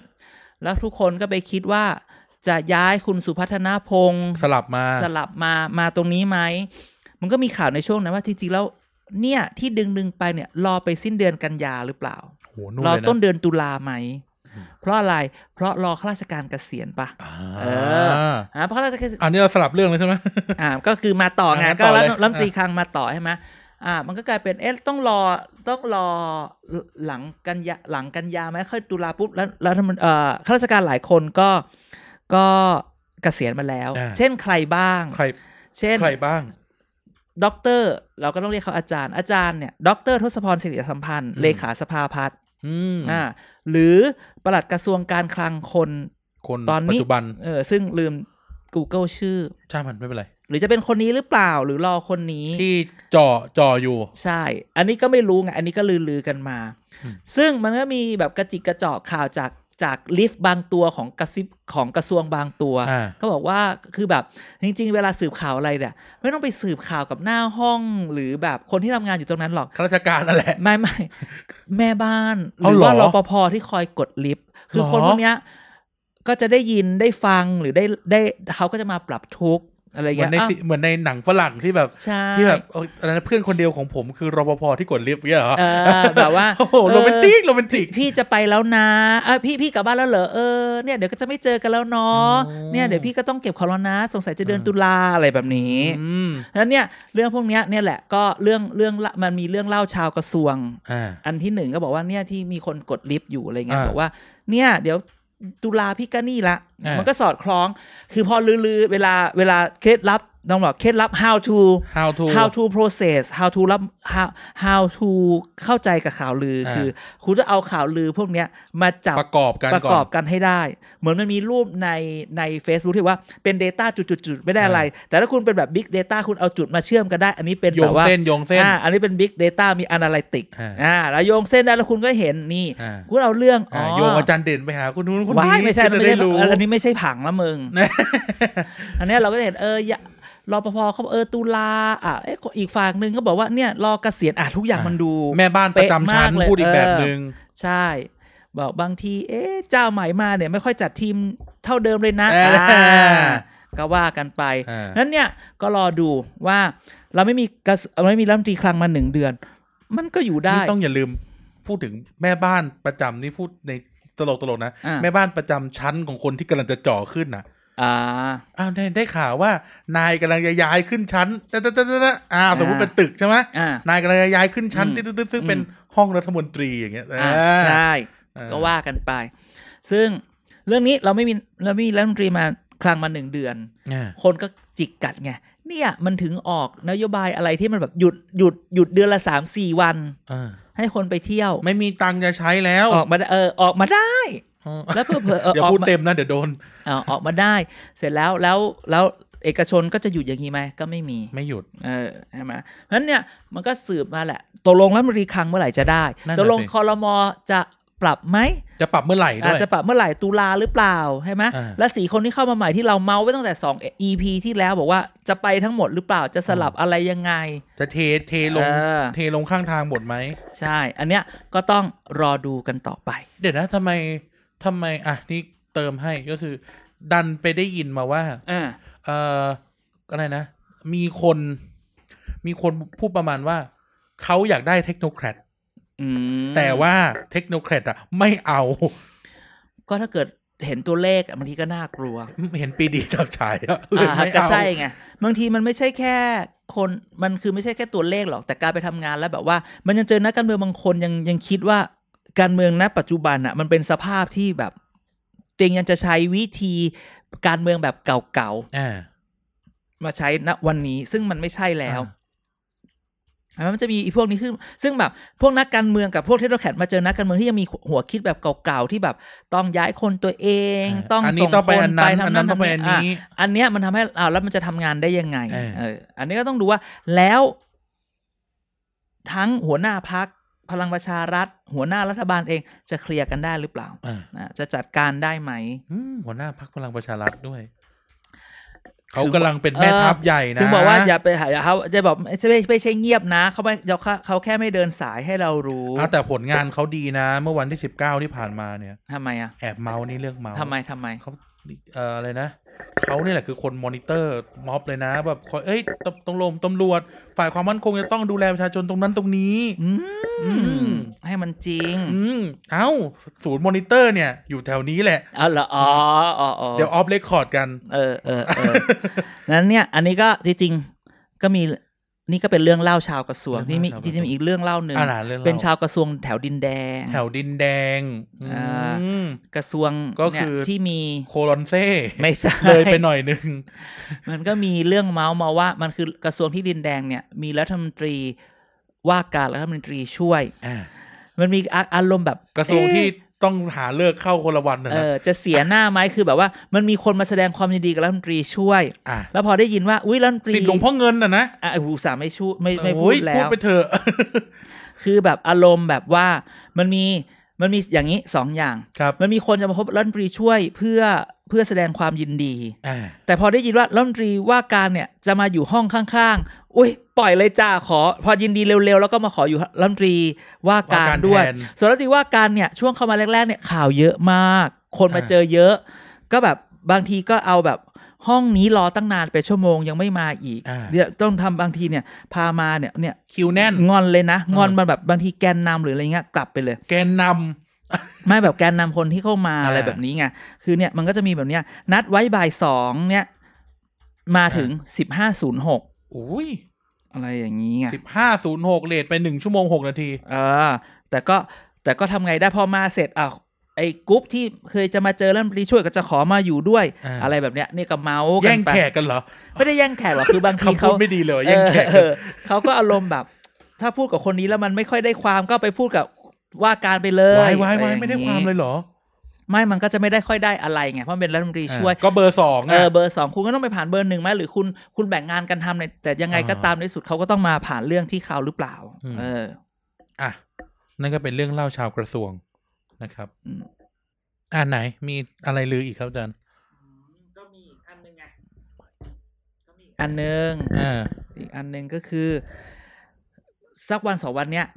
[SPEAKER 1] แล้วทุกคนก็ไปคิดว่า จะย้ายคุณสุพัฒนาพงศ์
[SPEAKER 2] สลับมา
[SPEAKER 1] สลับมามาตรงนี้ไหม มันก็มีข่าวในช่วงนั้นว่าจริงๆแล้ว เนี่ยที่ดึงดึงๆไปเนี่ย รอไปสิ้นเดือนกันยาหรือเปล่า
[SPEAKER 2] โหนู่น
[SPEAKER 1] รอ
[SPEAKER 2] เลยนะ
[SPEAKER 1] ต้นเดือนตุลาไหม
[SPEAKER 2] อืม
[SPEAKER 1] เพราะอะไร เพราะรอข้าราชการเกษียณปะ
[SPEAKER 2] อ่า
[SPEAKER 1] เออ อ่าเพราะข้าราชการ
[SPEAKER 2] อันนี้เราสลับเรื่องเลยใช่ไหม
[SPEAKER 1] อ่าก็คือมาต่อไง
[SPEAKER 2] อ่ะงั้น
[SPEAKER 1] ก็
[SPEAKER 2] ต่อ
[SPEAKER 1] รั
[SPEAKER 2] เล
[SPEAKER 1] ฐ
[SPEAKER 2] ย
[SPEAKER 1] รัฐมนตรี
[SPEAKER 2] อ่ะ
[SPEAKER 1] คลังมาต่อใช่ไหมอ่า มันก็กลายเป็นเอ๊ะต้องรอต้องรอหลังกันยาหลังกันยาไหมค่อยตุลาปุ๊บแล้วแล้วทำเอ่อข้าราชการหลายคนก็ก็เกษียณมาแล้ว
[SPEAKER 2] อ่า
[SPEAKER 1] เช่นใครบ้าง
[SPEAKER 2] ใคร
[SPEAKER 1] เช่น
[SPEAKER 2] ใครบ้าง
[SPEAKER 1] ด็อกเตอร์เราก็ต้องเรียกเขาอาจารย์อาจารย์เนี่ยด็อกเตอร์ทศพรสิริสัมพันธ์
[SPEAKER 2] อืม
[SPEAKER 1] เลขาสภาพัฒน์
[SPEAKER 2] อืม
[SPEAKER 1] อ่าหรือปลัดกระทรวงการคลังคน
[SPEAKER 2] คน
[SPEAKER 1] ตอนนี้
[SPEAKER 2] ปัจจุบัน
[SPEAKER 1] เออซึ่งลืม Google ชื่อ
[SPEAKER 2] ช่างมันไม่เป็นไร
[SPEAKER 1] หรือจะเป็นคนนี้หรือเปล่าหรือรอคนนี้
[SPEAKER 2] ที่จ่อจ่ออยู่
[SPEAKER 1] ใช่ อันนี้ก็ไม่รู้ไง อันนี้ก็ลือๆกันมา
[SPEAKER 2] อืม
[SPEAKER 1] ซึ่งมันก็มีแบบกระจิกกระจอกข่าวจากจากลิฟต์บางตัวของกระซิบของกระทรวงบางตัว
[SPEAKER 2] อ่า
[SPEAKER 1] ก็บอกว่าคือแบบจริง ๆ เวลาสืบข่าวอะไรเนี่ยไม่ต้องไปสืบข่าวกับหน้าห้องหรือแบบคนที่ทำงานอยู่ตรงนั้นหรอก
[SPEAKER 2] ข้าราชการนั่นแหละ
[SPEAKER 1] ไม่ ไม่แม่บ้านห
[SPEAKER 2] เอา
[SPEAKER 1] รือว่า
[SPEAKER 2] เห
[SPEAKER 1] ร
[SPEAKER 2] ร
[SPEAKER 1] อ
[SPEAKER 2] อ
[SPEAKER 1] ปภที่คอยกดลิฟต์คือ
[SPEAKER 2] เหรอ
[SPEAKER 1] คนพวกเนี้ยก็จะได้ยินได้ฟังหรือได้ได้เขาก็จะมาปรับทุกข์อะไร
[SPEAKER 2] เหมือ
[SPEAKER 1] เงี้
[SPEAKER 2] น
[SPEAKER 1] ย
[SPEAKER 2] ใน
[SPEAKER 1] อ้าว
[SPEAKER 2] ซีเหมือนในหนังฝรั่งที่แบบ
[SPEAKER 1] ใช่
[SPEAKER 2] ที่แบบเอ้ยอันนั้นเพื่อนคนเดียวของผมคือรปภที่กดลิฟต์เนี่ยเหรอ
[SPEAKER 1] เออแบบว่า
[SPEAKER 2] โอ้โห
[SPEAKER 1] เออ
[SPEAKER 2] โรแมนติกโรแมนติก
[SPEAKER 1] พี่จะไปแล้วนะเอยพี่พี่กลับบ้านแล้วเหรอ เออ เนี่ยเดี๋ยวก็จะไม่เจอกันแล้วเนาะ
[SPEAKER 2] อ๋อ
[SPEAKER 1] เนี่ยเดี๋ยวพี่ก็ต้องเก็บของแล้วนะ สงสัยจะเดือน
[SPEAKER 2] อ่า
[SPEAKER 1] ตุลาอะไรแบบนี้
[SPEAKER 2] อืม
[SPEAKER 1] แล้วเนี่ยเรื่องพวกเนี้ยเนี่ยแหละก็เรื่องเรื่องละมันมีเรื่องเล่าชาวกระทรวง
[SPEAKER 2] อ่า
[SPEAKER 1] อันที่หนึ่งก็บอกว่าเนี่ยที่มีคนกดลิฟต์อยู่อะไรเงี้ย
[SPEAKER 2] อ่า
[SPEAKER 1] บอกว่า เนี่ย เดี๋ยวตุลาพี่ก็นี่ละ
[SPEAKER 2] อ่ามั
[SPEAKER 1] มันก็สอดคล้อง คือพอลือๆเวลาเวลาเคล็ดลับต้องบอกเคล็ดลับ how to
[SPEAKER 2] how to
[SPEAKER 1] how to process how to รับ how how to เข้าใจกับข่าวลืออา คือ คุณจะเอาข่าวลือพวกเนี้ยมาจับ
[SPEAKER 2] ประกอบกัน
[SPEAKER 1] ประ
[SPEAKER 2] ก่
[SPEAKER 1] ก
[SPEAKER 2] อ
[SPEAKER 1] อบ
[SPEAKER 2] น
[SPEAKER 1] กันให้ได้ เหมือนมันมีรูปในใน Facebook ที่ว่าเป็น Data จุดๆ ๆ ไม่ได้อะไร แต่ถ้าคุณเป็นแบบ Big Data คุณเอาจุดมาเชื่อมกันได้ อันนี้เป็น
[SPEAKER 2] โย
[SPEAKER 1] แบ
[SPEAKER 2] ง
[SPEAKER 1] บว่า
[SPEAKER 2] เส้นโยงเส้น
[SPEAKER 1] อ่าอันนี้เป็น Big Data มี Analytic
[SPEAKER 2] อ่า
[SPEAKER 1] อ่าแล้วโยงเส้นได้แล้วคุณก็เห็นนี่
[SPEAKER 2] อ่า
[SPEAKER 1] คุณเอาเรื่องอ๋
[SPEAKER 2] อ่า
[SPEAKER 1] อ
[SPEAKER 2] โยงอาจารย์เด่นไปหาคนนู้นคน
[SPEAKER 1] ว้า
[SPEAKER 2] นี้
[SPEAKER 1] ยไม่ใช่
[SPEAKER 2] จะ
[SPEAKER 1] ไม่
[SPEAKER 2] ได้
[SPEAKER 1] ใช่
[SPEAKER 2] รู้
[SPEAKER 1] อันนี้ไม่ใช่ผังละ มึง อันเนี้ยเราก็จะเห็นเอออย่ารอปภเขาบอกเออตุลาอ่ะเอ๊ะอีกฝั่งหนึ่งก็บอกว่าเนี่ยรอเกษียณอ่ะทุกอย่าง
[SPEAKER 2] อ่ะ
[SPEAKER 1] มันดู
[SPEAKER 2] แม่บ้านประจำชั้
[SPEAKER 1] เะมา
[SPEAKER 2] น
[SPEAKER 1] กเลย
[SPEAKER 2] พูดอีกแบบ
[SPEAKER 1] เห
[SPEAKER 2] นึ่ง
[SPEAKER 1] ใช่ บอกบางที เอ๊ะเจ้าใหม่มาเนี่ย ไม่ค่อยจัดทีมเท่าเดิมเลยนะอ่ าก็ว่ากันไป
[SPEAKER 2] อ่า
[SPEAKER 1] นั้นเนี่ยก็รอดูว่าเราไม่มีกระทรวงเราไม่มีรัฐมนตรีคลังมาหนึ่งเดือน มันก็อยู่ได้
[SPEAKER 2] นี่ต้องอย่าลืมพูดถึงแม่บ้านประจำนี่พูดในตลกตลกๆนะ
[SPEAKER 1] อ่า
[SPEAKER 2] แม่บ้านประจำชั้นของคนที่กำลังจะจ่อขึ้นน่ะ
[SPEAKER 1] อ่า
[SPEAKER 2] อ้าวได้ได้ข่าวว่านายกำลังจะย้ายขึ้นชั้นตะตะตะตะตะอ่า สมมติเป็นตึกใช่ไหม
[SPEAKER 1] อ่า
[SPEAKER 2] นายกำลังจะย้ายขึ้นชั้น
[SPEAKER 1] อืม
[SPEAKER 2] ตึ๊ดตึ๊ดตึ๊ด
[SPEAKER 1] อืม
[SPEAKER 2] เป็นห้องรัฐมนตรีอย่างเงี้ย
[SPEAKER 1] อ่ะ
[SPEAKER 2] อ่า
[SPEAKER 1] ใช่
[SPEAKER 2] อ่
[SPEAKER 1] ก็ว่ากันไป ซึ่งเรื่องนี้เราไม่มีเราไม่มีรัฐมนตรีมาคลังมาหนึ่งเดือน
[SPEAKER 2] อ่า
[SPEAKER 1] คนก็จิกกัดไง เนี่ยมันถึงออกนโยบายอะไรที่มันแบบหยุดหยุดหยุดเดือนละสามสี่วัน
[SPEAKER 2] อ่า
[SPEAKER 1] ให้คนไปเที่ยว
[SPEAKER 2] ไม่มีตังค์จะใช้แล้ว
[SPEAKER 1] ออกมาได้เออออกมาได้
[SPEAKER 2] อ๋อ
[SPEAKER 1] แล้วเพื่อเผื่อเออ
[SPEAKER 2] อย่า
[SPEAKER 1] ออก
[SPEAKER 2] พูด
[SPEAKER 1] มา
[SPEAKER 2] เต็มนะเดี๋ยวโดน
[SPEAKER 1] เออออกมาได้ เสร็จแล้วแล้วแล้วเอกชนก็จะหยุดอย่างนี้ไหมก็ไม่มี
[SPEAKER 2] ไม่หยุด
[SPEAKER 1] เออใช่ไหมเพราะฉะนั้นเนี่ยมันก็สืบมาแหละตกลงรัฐมนตรีคลังเมื่อไหร่จะได้
[SPEAKER 2] นั่นน่ะ
[SPEAKER 1] ตกลง
[SPEAKER 2] สิ
[SPEAKER 1] คอรมอจะปรับไหม
[SPEAKER 2] จะปรับเมื่อไหร่ด้
[SPEAKER 1] อาจ
[SPEAKER 2] วย
[SPEAKER 1] จะปรับเมื่อไหร่ตุลาหรือเปล่าใช่ไหม
[SPEAKER 2] อ่า
[SPEAKER 1] และสี่คนที่เข้ามาใหม่ที่เราเมาส์ไว้ตั้งแต่ 2 EP ที่แล้วบอกว่าจะไปทั้งหมดหรือเปล่าจะสลับอะไรยังไง
[SPEAKER 2] จะเทเทลง
[SPEAKER 1] เออ
[SPEAKER 2] เทลงข้างทางหมดไหม
[SPEAKER 1] ใช่ อันเนี้ยก็ต้องรอดูกันต่อไป
[SPEAKER 2] เดี๋ยวนะทำไมทำไมอ่ะนี่เติมให้ก็คือ ดันไปได้ยินมาว่า
[SPEAKER 1] อ่า
[SPEAKER 2] เอ่ออะไรนะ มีคน มีคนพูดประมาณว่า เขาอยากได้เทคโนแครด
[SPEAKER 1] อืม
[SPEAKER 2] แต่ว่าเทคโนแครดอะไม่เอา
[SPEAKER 1] ก็ถ้าเกิดเห็นตัวเลขอะบางทีก็น่ากลัว
[SPEAKER 2] เห็นปีดีดาวฉายอะเลย
[SPEAKER 1] อ่า
[SPEAKER 2] ไม่
[SPEAKER 1] ก็
[SPEAKER 2] เอา
[SPEAKER 1] ใช่ไงบางทีมันไม่ใช่แค่คนมันคือไม่ใช่แค่ตัวเลขหรอกแต่การไปทำงานแล้วแบบว่า มันยังเจอนักการเมืองบางคนยังยังคิดว่าการเมืองณปัจจุบันอ่ะมันเป็นสภาพที่แบบเจงยังจะใช้วิธีการเมืองแบบเก่า
[SPEAKER 2] อ่า
[SPEAKER 1] ๆมาใช้ณวันนี้ ซึ่งมันไม่ใช่แล้ว
[SPEAKER 2] อ่
[SPEAKER 1] แล้วมันจะมีไอีพวกนี้ขึ้นซึ่งแบบพวกนักการเมืองกับพวกเทคโนแครดมาเจอนักการเมืองที่ยังมีหัวคิดแบบเก่าๆที่แบบต้องย้ายคนตัวเอง ต้อง
[SPEAKER 2] อันนี้
[SPEAKER 1] ส่ง
[SPEAKER 2] ต้องไป
[SPEAKER 1] ค
[SPEAKER 2] อั
[SPEAKER 1] น
[SPEAKER 2] น
[SPEAKER 1] ไป
[SPEAKER 2] นั้น
[SPEAKER 1] ทำ
[SPEAKER 2] อัน
[SPEAKER 1] นั่
[SPEAKER 2] นั้น
[SPEAKER 1] น
[SPEAKER 2] ต้องไป
[SPEAKER 1] ทำนี่
[SPEAKER 2] อัน
[SPEAKER 1] อ่ะ
[SPEAKER 2] นี้
[SPEAKER 1] อันเนี้ยมันทำให้อ้าวแล้วมันจะทำงานได้ยังไง
[SPEAKER 2] เออ
[SPEAKER 1] เอออันนี้ก็ต้องดูว่าแล้ว ทั้งหัวหน้าพักพลังประชารัฐ หัวหน้ารัฐบาลเองจะเคลียร์กันได้หรือเปล่า
[SPEAKER 2] อ่า
[SPEAKER 1] นะจะจัดการได้ไหม
[SPEAKER 2] อืมหัวหน้าพักพลังประชารัฐด้วย เขากำลังเป็นแม่
[SPEAKER 1] เออ
[SPEAKER 2] ทัพใหญ่นะ
[SPEAKER 1] ถึงบอกว่าอย่าไปหาอย่าเขาจะบอกไม่ใช่ไม่ใช่เงียบนะเขาไม่เขาเขาแค่ไม่เดินสายให้เรารู้
[SPEAKER 2] อ่ะแต่ผลงานเขาดีนะ เมื่อวันที่สิบเก้าที่ผ่านมาเนี่ย
[SPEAKER 1] ทำไมอ่ะ
[SPEAKER 2] แอบเมาส์นี่เรื่องเมาส์
[SPEAKER 1] ทำไมทำไม
[SPEAKER 2] เขาเอ่ออะไรนะเขาเนี่ยแหละคือคนมอนิเตอร์ม็อบเลยนะ แบบคอยเอ้ยตำตำรวจตำรวจ ฝ่ายความมั่นคงจะต้องดูแลประชาชนตรงนั้นตรงนี้
[SPEAKER 1] อื
[SPEAKER 2] ม
[SPEAKER 1] ม ให้มันจริง
[SPEAKER 2] อืมเอ้า ศูนย์มอนิเตอร์เนี่ย อยู่แถวนี้แหละ
[SPEAKER 1] เอาเหรออ๋ออ๋ออ๋อ
[SPEAKER 2] เดี๋ยวออฟเรคคอร์ดกัน
[SPEAKER 1] เออเออเออ นั้นเนี่ย อันนี้ก็จริงๆก็มีนี่ก็เป็นเรื่องเล่าชาวกระทรวง
[SPEAKER 2] เรื่อง
[SPEAKER 1] ที่มี
[SPEAKER 2] เล่าชาว
[SPEAKER 1] จ
[SPEAKER 2] กระทรว
[SPEAKER 1] ริงๆ
[SPEAKER 2] ง
[SPEAKER 1] มีอีกเรื่องเล่าหนึ่ง
[SPEAKER 2] อ่าเรื่อง
[SPEAKER 1] เป็น
[SPEAKER 2] ล่
[SPEAKER 1] ชาวกระทรวงแถวดินแดง
[SPEAKER 2] แถวดินแดงอื
[SPEAKER 1] อ่า
[SPEAKER 2] ม
[SPEAKER 1] กระทรวง
[SPEAKER 2] ก็
[SPEAKER 1] เนี่ย
[SPEAKER 2] คือ
[SPEAKER 1] ที่มี
[SPEAKER 2] โคลอนเซ่
[SPEAKER 1] ไม่ใช่
[SPEAKER 2] เลยไปหน่อยนึง
[SPEAKER 1] มันก็มีเรื่องเมาส์มาว่า มันคือกระทรวงที่ดินแดงเนี่ย มีรัฐมนตรีว่าการรัฐมนตรีช่วย
[SPEAKER 2] อ่า
[SPEAKER 1] มันมีอาอารมณ์แบบ
[SPEAKER 2] กระทรวงที่
[SPEAKER 1] เอ๊ะ
[SPEAKER 2] ต้องหาเลิกเข้าคนละวันนะ
[SPEAKER 1] เออจะเสียหน้าไหมคือแบบว่า มันมีคนมาแสดงความยินดีกับรัฐมนตรีช่วย
[SPEAKER 2] อ่า
[SPEAKER 1] แล้วพอได้ยินว่าอุ้ยรัฐมนตรี
[SPEAKER 2] สิทธิ์หลวงพ่อเงินน่ะนะ
[SPEAKER 1] อ่ะอูสาห์ไม่ชูไม่ไม่พู
[SPEAKER 2] โอ้ย
[SPEAKER 1] ดแล้ว
[SPEAKER 2] พูดไปเถอะ
[SPEAKER 1] คือแบบอารมณ์แบบว่ามันมีมันมีอย่างนี้สองอย่าง
[SPEAKER 2] ครับ
[SPEAKER 1] มันมีคนจะมาพบรัฐมนตรีช่วยเพื่อเพื่อแสดงความยินดี
[SPEAKER 2] อ่า
[SPEAKER 1] แต่พอได้ยินว่ารัฐมนตรีว่าการเนี่ยจะมาอยู่ห้องข้างๆอุ้ยปล่อยเลยจ้าขอ พอยินดีเร็วๆแล้วก็มาขออยู่รัฐมนตรีว่าการ
[SPEAKER 2] ว่าการ
[SPEAKER 1] ด้วย
[SPEAKER 2] แทน
[SPEAKER 1] ส่วนรัฐมนตรีว่าการเนี่ยช่วงเข้ามาแรกๆเนี่ยข่าวเยอะมาก คนมา
[SPEAKER 2] อ่า
[SPEAKER 1] เจอเยอะ ก็แบบบางทีก็เอาแบบห้องนี้รอตั้งนานไปนชั่วโมงยังไม่มาอีก
[SPEAKER 2] อ่า
[SPEAKER 1] เนี่ยต้องทำบางทีเนี่ยพามาเนี่ยเนี่ย
[SPEAKER 2] คิวแน่น
[SPEAKER 1] งอนเลยนะ งอน
[SPEAKER 2] เออ
[SPEAKER 1] มันแบบบางทีแกนนำหรืออะไรเงี้ยกลับไปเลย
[SPEAKER 2] แกนนำ
[SPEAKER 1] ไม่แบบแกนนำคนที่เข้ามา
[SPEAKER 2] อ่า
[SPEAKER 1] อะไรแบบนี้ไงคือเนี่ยมันก็จะมีแบบเนี้ย นัดไว้บ่ายสองเนี่ย มาถึงสิบห้าศูนย์หก
[SPEAKER 2] อุ้ย
[SPEAKER 1] อะไรอย่างนี้ไง
[SPEAKER 2] สิบห้าศูนย์หกเลทไปหนึ่งชั่วโมงหกนาที
[SPEAKER 1] เออ แต่ก็แต่ก็ทำไงได้พอมาเสร็จอ้าวไอ้กรุ๊ปที่เคยจะมาเจอแล้วรีช่วยก็จะขอมาอยู่ด้วย
[SPEAKER 2] อ่า
[SPEAKER 1] อะไรแบบเนี้ยนี่ก็เมาส์กั
[SPEAKER 2] แย่
[SPEAKER 1] น
[SPEAKER 2] ง
[SPEAKER 1] ไป
[SPEAKER 2] แขกกันเหรอ
[SPEAKER 1] ไม่ได้แย่งแขกหรอกคือบางที
[SPEAKER 2] คำพู
[SPEAKER 1] เขา
[SPEAKER 2] ดไม่ดีเลยว่ะแย่งแขก
[SPEAKER 1] เออเออเขาก็อารมณ์แบบ ถ้าพูดกับคนนี้แล้วมันไม่ค่อยได้ความก็ไปพูดกับว่าการไปเลยว
[SPEAKER 2] ายวาย
[SPEAKER 1] อะร
[SPEAKER 2] วา
[SPEAKER 1] อ
[SPEAKER 2] ย
[SPEAKER 1] ง
[SPEAKER 2] ไม่ได้ความเลยเหรอ
[SPEAKER 1] ไม่มันก็จะไม่ได้ค่อยได้อะไรไงเพราะมันเป็นรัฐมนตรีช่วย
[SPEAKER 2] อ่ะก็เบอร์สอง
[SPEAKER 1] เอ
[SPEAKER 2] อ่ะ
[SPEAKER 1] อเบอร์สองคุณก็ต้องไปผ่านเบอร์หนึ่งไหมหรือคุณคุณแบ่งงานกันทำในแต่ยังไงก็
[SPEAKER 2] อ่า
[SPEAKER 1] ตามในสุดเขาก็ต้องมาผ่านเรื่องที่เขาหรือเปล่า
[SPEAKER 2] อืม
[SPEAKER 1] เออ
[SPEAKER 2] อ่ะนั่นก็เป็นเรื่องเล่าชาวกระทรวงนะครับ
[SPEAKER 1] อืม
[SPEAKER 2] อ่าไหนมีอะไรลืออีกครับอาจารย์
[SPEAKER 1] ก็มีอันนึงไงก็มีอันนึง
[SPEAKER 2] อ่า
[SPEAKER 1] อีกอันหนึ่งก็คือ สักวันสองวันเนี้ย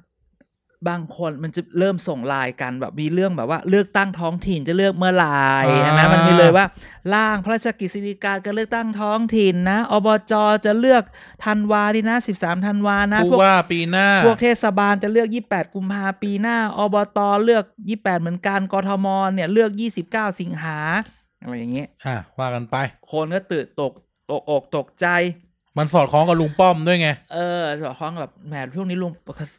[SPEAKER 1] บางคนมันจะเริ่มส่งไลน์กันแบบมีเรื่องแบบว่า เลือกตั้งท้องถิ่นจะเลือกเมื่อไหร่
[SPEAKER 2] อ่า
[SPEAKER 1] เห็นะมันมีเลยว่าร่างพระราชกิจสิริกาการเลือกตั้งท้องถิ่นนะอบจจะเลือกธันวาดีนะสิบสามธันวานะ
[SPEAKER 2] ผู้
[SPEAKER 1] พวก
[SPEAKER 2] ว่าปีหน้า
[SPEAKER 1] พวกเทศบาลจะเลือกยี่แปดกุมภาปีหน้าอบตเลือกยี่แปดเหมือนกันกทมเนี่ยเลือกยี่สิบเก้าสิงหาอะไรอย่างเงี้ย
[SPEAKER 2] อ่ะว่ากันไป
[SPEAKER 1] คนก็ตื่นตกตกอกตกใจ
[SPEAKER 2] มันสอดคล้องกับลุงป้อมด้วยไง
[SPEAKER 1] เออสอดคล้องกับแบบแหมช่วงนี้ลง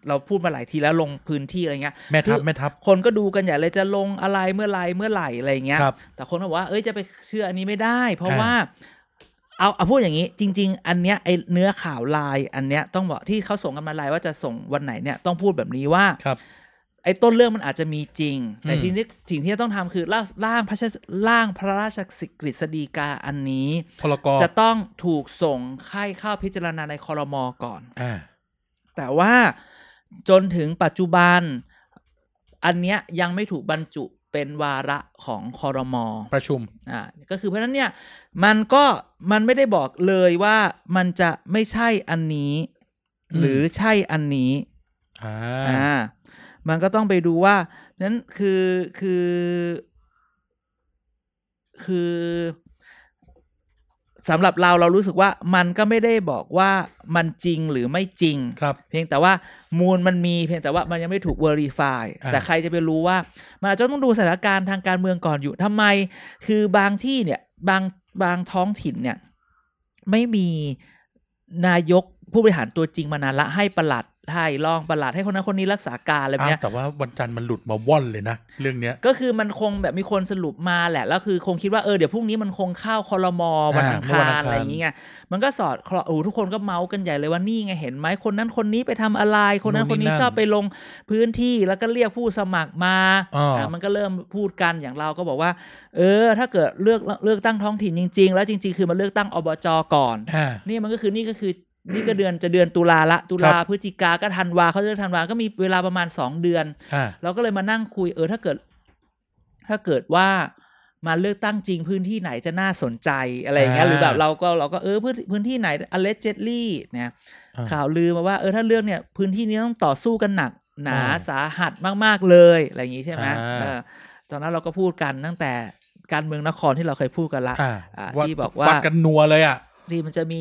[SPEAKER 1] เราพูดมาหลายทีแล้วลงพื้นที่อะไรเงี้ย
[SPEAKER 2] แม่ทัพ
[SPEAKER 1] คือ
[SPEAKER 2] แม่ทัพ
[SPEAKER 1] คนก็ดูกันใหญ่เลยจะลงอะไรเมื่อไหรเมื่อไหร่อะไรเงี้ย
[SPEAKER 2] ครับ
[SPEAKER 1] แต่คนก็บอกว่าเอ้ยจะไปเชื่ออันนี้ไม่ได้ เพราะ
[SPEAKER 2] อ่า
[SPEAKER 1] ว่า เอาเอาพูดอย่างนี้ จริง ๆ อันเนี้ยไอเนื้อข่าวไลน์อันเนี้ยต้องบอกที่เขาส่งกันมาไลน์ว่าจะส่งวันไหนเนี่ยต้องพูดแบบนี้ว่า
[SPEAKER 2] ครับ
[SPEAKER 1] ไอ้ต้นเรื่องมันอาจจะมีจริง แต่
[SPEAKER 2] อืม
[SPEAKER 1] ทีนี้สิ่งที่จะต้องทำคือร่างร่างพระราชร่างพระราชกฤษฎีกาอันนี้
[SPEAKER 2] พลกร
[SPEAKER 1] จะต้องถูกส่งให้เข้าพิจารณาในคอรมอก่อน
[SPEAKER 2] อ่า
[SPEAKER 1] แต่ว่าจนถึงปัจจุบัน อันเนี้ยยังไม่ถูกบรรจุเป็นวาระของคอรมอ
[SPEAKER 2] ประชุม
[SPEAKER 1] อ่าก็คือเพราะฉะนั้นเนี่ยมันก็มันไม่ได้บอกเลยว่ามันจะไม่ใช่อันนี้
[SPEAKER 2] อืม
[SPEAKER 1] หรือใช่อันนี้
[SPEAKER 2] อ่า
[SPEAKER 1] อ่ามันก็ต้องไปดูว่านั้นคือคือ คือ สำหรับเราเรารู้สึกว่ามันก็ไม่ได้บอกว่ามันจริงหรือไม่จริง
[SPEAKER 2] ครับ
[SPEAKER 1] เพียงแต่ว่ามูลมันมีเพียงแต่ว่ามันยังไม่ถูก verify
[SPEAKER 2] อ่า
[SPEAKER 1] แต่ใครจะไปรู้ว่า มันอาจจะต้องดูสถานการณ์ทางการเมืองก่อนอยู่ทำไม คือบางที่เนี่ยบางบางท้องถิ่นเนี่ย ไม่มีนายกผู้บริหารตัวจริงมานานละให้ประหลัดให้รองประหลัดให้คนนั้นคนนี้รักษาการอะไรแบบ
[SPEAKER 2] อ้า
[SPEAKER 1] เนี้
[SPEAKER 2] วย แต่ว่าวันจันทร์มันหลุดมาว่อนเลยนะ เรื่องเนี้ย
[SPEAKER 1] ก็คือมันคงแบบมีคนสรุปมาแหละ แล้วคือคงคิดว่าเออเดี๋ยวพรุ่งนี้มันคงเข้าคอรมอวัน
[SPEAKER 2] อ่า
[SPEAKER 1] อัง
[SPEAKER 2] เมื่อวั
[SPEAKER 1] คานร
[SPEAKER 2] อั
[SPEAKER 1] ง
[SPEAKER 2] คาร
[SPEAKER 1] อะไรอย่างเงี้ยมันก็สอดคล้องโอ้โหทุกคนก็เมาส์กันใหญ่เลยว่านี่ไงเห็นไหมคนนั้นคนนี้ไปทำอะไร คนนั้นคนนี้ชอบไปลงพื้นที่แล้วก็เรียกผู้สมัครมา
[SPEAKER 2] อ่า
[SPEAKER 1] อ่ะมันก็เริ่มพูดกันอย่างเราก็บอกว่า เออ ถ้าเกิดเลือกเลือกตั้งท้องถิ่นจริง ๆ แล้วจริง ๆ คือมันเลือกตั้งอบจก่อน
[SPEAKER 2] อ่า
[SPEAKER 1] นี่มันก็คือนี่ก็คือนี่ก็เดือนจะเดือนตุลาละตุลาพฤศจิกาก็ธันวาเขาเลือกธันวาก็มีเวลาประมาณสองเดือน
[SPEAKER 2] อ่า
[SPEAKER 1] เราก็เลยมานั่งคุยเออถ้าเกิด ถ้าเกิดว่ามาเลือกตั้งจริงพื้นที่ไหนจะน่าสนใจอะไรอย่างเงี้ย
[SPEAKER 2] อ่า
[SPEAKER 1] หรือแบบเราก็เราก็เออพื้นพื้นที่ไหนอเลเจตลี่เนี่ย
[SPEAKER 2] อ่า
[SPEAKER 1] ข่าวลือมาว่าเออถ้าเรื่องเนี่ยพื้นที่นี้ต้องต่อสู้กันหนักหนา
[SPEAKER 2] อ่า
[SPEAKER 1] สาหัสมาก ๆ เลยอะไรอย่างนี้ใช่ไหม
[SPEAKER 2] อ่า
[SPEAKER 1] เออตอนนั้นเราก็พูดกันตั้งแต่การเมืองนครที่เราเคยพูดกันละ
[SPEAKER 2] อ่า
[SPEAKER 1] อ่า
[SPEAKER 2] ว่า
[SPEAKER 1] ที่บอกว่า
[SPEAKER 2] ฟัดกันนัวเลยอ่ะ
[SPEAKER 1] ที่มันจะมี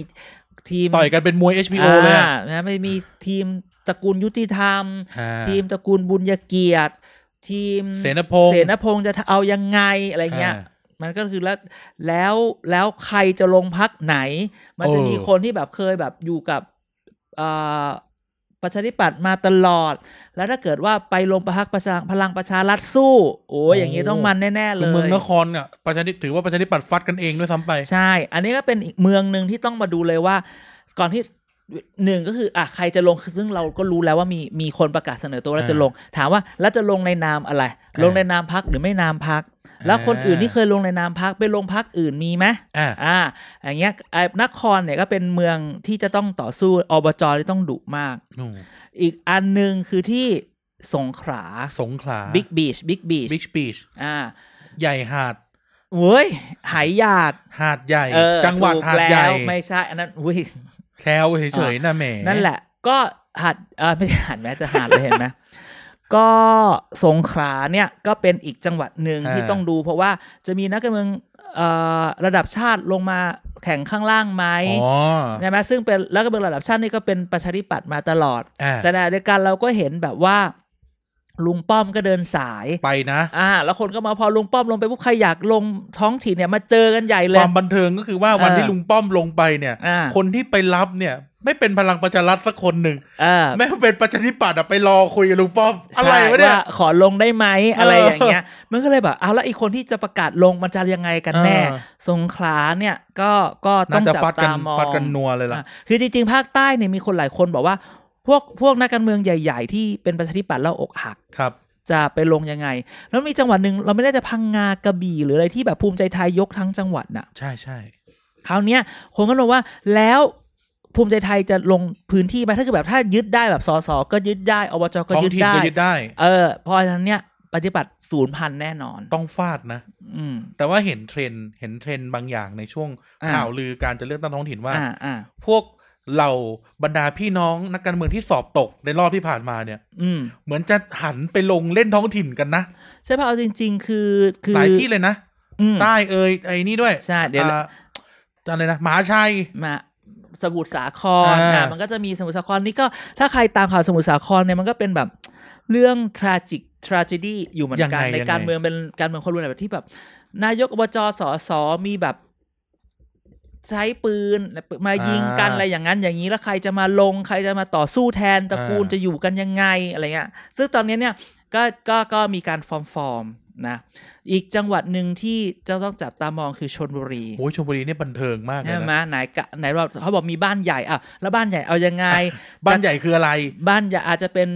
[SPEAKER 1] ทีม
[SPEAKER 2] ต่อยกันเป็นมวย HBO เลยอ่ะ
[SPEAKER 1] านะไม่มีทีมตระกูลยุติธรรม
[SPEAKER 2] อ่า
[SPEAKER 1] ทีมตระกูลบุญยเกียรติ ทีม
[SPEAKER 2] เสนพงษ์
[SPEAKER 1] เสนพงษ์จะเอายังไงอะไรเงี้ย
[SPEAKER 2] อ่า
[SPEAKER 1] มันก็คือแล้วแล้วแล้วใครจะลงพักไหน มันจะ
[SPEAKER 2] เออ
[SPEAKER 1] มีคนที่แบบเคยแบบอยู่กับเอ่อประชาธิปัตย์มาตลอด แล้วถ้าเกิดว่าไปลงประพักประชาพลังประชารัฐสู้ โอ้ย
[SPEAKER 2] โอ้
[SPEAKER 1] อย่างนี้ต้องมันแน่ ๆ เล
[SPEAKER 2] คือย เมืองนครอ่ะประชาธิถือว่าประชาธิปัตย์ฟัดกันเองด้วยซ้ำไป
[SPEAKER 1] ใช่ อันนี้ก็เป็นอีกเมืองหนึ่งที่ต้องมาดูเลยว่า ก่อนที่หนึ่งก็คืออ่ะใครจะลงซึ่งเราก็รู้แล้วว่ามีมีคนประกาศเสนอตัวแล้ว
[SPEAKER 2] อ่า
[SPEAKER 1] จะลง ถามว่าแล้วจะลงในนามอะไร
[SPEAKER 2] า
[SPEAKER 1] ลงในนามพักหรือไม่นามพัก แล้วคนอื่นที่เคยลงในนามพักไปลงพักอื่นมีไหม
[SPEAKER 2] อ่า
[SPEAKER 1] อ่า อย่างเงี้ยไอ้นครเนี่ยก็เป็นเมืองที่จะต้องต่อสู้อบจที่ต้องดุมาก
[SPEAKER 2] โอ้
[SPEAKER 1] อีกอันหนึ่งคือที่สงขลา
[SPEAKER 2] สงขลา
[SPEAKER 1] บิ๊กบีชบิ๊กบีช
[SPEAKER 2] บิ๊กบีช
[SPEAKER 1] อ่า
[SPEAKER 2] ใหญ่หาด
[SPEAKER 1] เว้ยหายหยาด
[SPEAKER 2] หาดใหญ่
[SPEAKER 1] เออ
[SPEAKER 2] จังหวัด
[SPEAKER 1] ถูก
[SPEAKER 2] หาดใหญ่
[SPEAKER 1] แล้วไม่ใช่ อันนั้นอุ้ย
[SPEAKER 2] แซวเฉยๆนะแหม
[SPEAKER 1] นั่นแหละ ก็หัดเออไม่ใช่หัดแม้จะหัดเลยเห็นไหม ก็สงขลาเนี่ยก็เป็นอีกจังหวัดหนึ่งที่ต้องดู เพราะว่าจะมีนักการเมืองเอ่อระดับชาติลงมาแข่งข้างล่างไหม
[SPEAKER 2] อ๋อ
[SPEAKER 1] ใช่ไหมซึ่งเป็นแล้วก็เป็นระดับชาตินี่ก็เป็นประชาธิปัตย์มาตลอด
[SPEAKER 2] อ่า
[SPEAKER 1] แต่ในเดียวกันเราก็เห็นแบบว่า ลุงป้อมก็เดินสาย
[SPEAKER 2] ไปนะ
[SPEAKER 1] อ่าแล้วคนก็มาพอลุงป้อมลงไปพวกใครอยากลงท้องถิ่นเนี่ยมาเจอกันใหญ่เล
[SPEAKER 2] ค
[SPEAKER 1] ย
[SPEAKER 2] วามบันเทิงก็คือว่าวันที่
[SPEAKER 1] เออ
[SPEAKER 2] ลุงป้อมลงไปเนี่ย
[SPEAKER 1] อ่า
[SPEAKER 2] คนที่ไปรับเนี่ย ไม่เป็นพลังประชารัฐสักคนหนึ่ง
[SPEAKER 1] เออ
[SPEAKER 2] แม่งเป็นประชาธิปัตย์อะไปรอคุยกับลุงป้อม อะไร
[SPEAKER 1] ใช่
[SPEAKER 2] วะเนี่ย
[SPEAKER 1] ขอลงได้ไหมอะไร
[SPEAKER 2] เออ
[SPEAKER 1] อย่างเงี้ย มันก็เลยแบบเอาแล้วอีกคนที่จะประกาศลงมันจะยังไงกันแน่
[SPEAKER 2] เออ
[SPEAKER 1] สงขลาเนี่ยก็ก็ต้อ
[SPEAKER 2] น่า
[SPEAKER 1] ง
[SPEAKER 2] จะ
[SPEAKER 1] จับ
[SPEAKER 2] ฟัดกั
[SPEAKER 1] ตาน มอง
[SPEAKER 2] ฟัดกันนัวเลยล่ะ
[SPEAKER 1] อ่ะคือจริงๆ ภาคใต้เนี่ยมีคนหลายคนบอกว่า พวกพวกนักการเมืองใหญ่ ๆ ที่เป็นประชาธิปัตย์แล้วอกหัก
[SPEAKER 2] ครับ
[SPEAKER 1] จะไปลงยังไง แล้วมีจังหวัดหนึ่งเราไม่ได้จะพังงากระบี่หรืออะไรที่แบบภูมิใจไทยยกทั้งจังหวัดน่ะ
[SPEAKER 2] ใช่ใช่
[SPEAKER 1] คราวเนี้ยคนก็บอกว่าแล้วภูมิใจไทยจะลงพื้นที่ไหมถ้าคือแบบถ้ายึดได้แบบสสก็ยึดได้อบจก็
[SPEAKER 2] ท้อง
[SPEAKER 1] ยึด
[SPEAKER 2] ถิ่น
[SPEAKER 1] ได้
[SPEAKER 2] ก็ยึดได้
[SPEAKER 1] เออเพอทั้นเนี่ยปฏิบัติศูนย์พันแน่นอน
[SPEAKER 2] ต้องฟาดนะ
[SPEAKER 1] อืม
[SPEAKER 2] แต่ว่าเห็นเทรนด์เห็นเทรนด์บางอย่างในช่วง
[SPEAKER 1] อ่า
[SPEAKER 2] ข่าวลือการจะเลือกตั้งท้องถิ่นว่า
[SPEAKER 1] อ่าอ่า
[SPEAKER 2] พวกเหล่าบรรดาพี่น้องนักการเมืองที่สอบตกในรอบที่ผ่านมาเนี่ย
[SPEAKER 1] อืม
[SPEAKER 2] เหมือนจะหันไปลงเล่นท้องถิ่นกันนะ
[SPEAKER 1] ใช่ป่ะเอาจริง ๆ คือคือ
[SPEAKER 2] หลายที่เลยนะ
[SPEAKER 1] อืม
[SPEAKER 2] ใต้เอ่ยไอ้นี่ด้วย
[SPEAKER 1] ใช่เดี๋ยว
[SPEAKER 2] อ่าอะไรนะมหาชัย
[SPEAKER 1] มาสมุทรสาคร
[SPEAKER 2] อ่า
[SPEAKER 1] อ่ามันก็จะมีสมุทรสาครนี่ก็ถ้าใครตามข่าวสมุทรสาครเนี่ยมันก็เป็นแบบเรื่อง tragic tragedy อยู่เหมือนกันในการเมืองเป็นการเมืองคนรุ่นใหม่แบบที่แบบ นายกอบจสสมีแบบ ใช้ปืนมายิงกันอะไรอย่างนั้น อย่างนี้แล้วใครจะมาลง ใครจะมาต่อสู้แทนตระกูลจะอยู่กันยังไงอะไรเงี้ยซึ่งตอนนี้เนี่ยก็ก็ก็มีการฟอร์มฟอร์มนะอีกจังหวัดหนึ่งที่จะต้องจับตามองคือชนบุรี
[SPEAKER 2] โอ้ยชลบุรีเนี่ยบันเทิงมากเลย
[SPEAKER 1] ใช่ไหม
[SPEAKER 2] นะ
[SPEAKER 1] ไหนกะไหนเราเขาบอกมีบ้านใหญ่อ่ะแล้วบ้านใหญ่เอา ยังไง
[SPEAKER 2] บ้านใหญ่คืออะไร
[SPEAKER 1] บ้านใหญ่อาจจะเป็น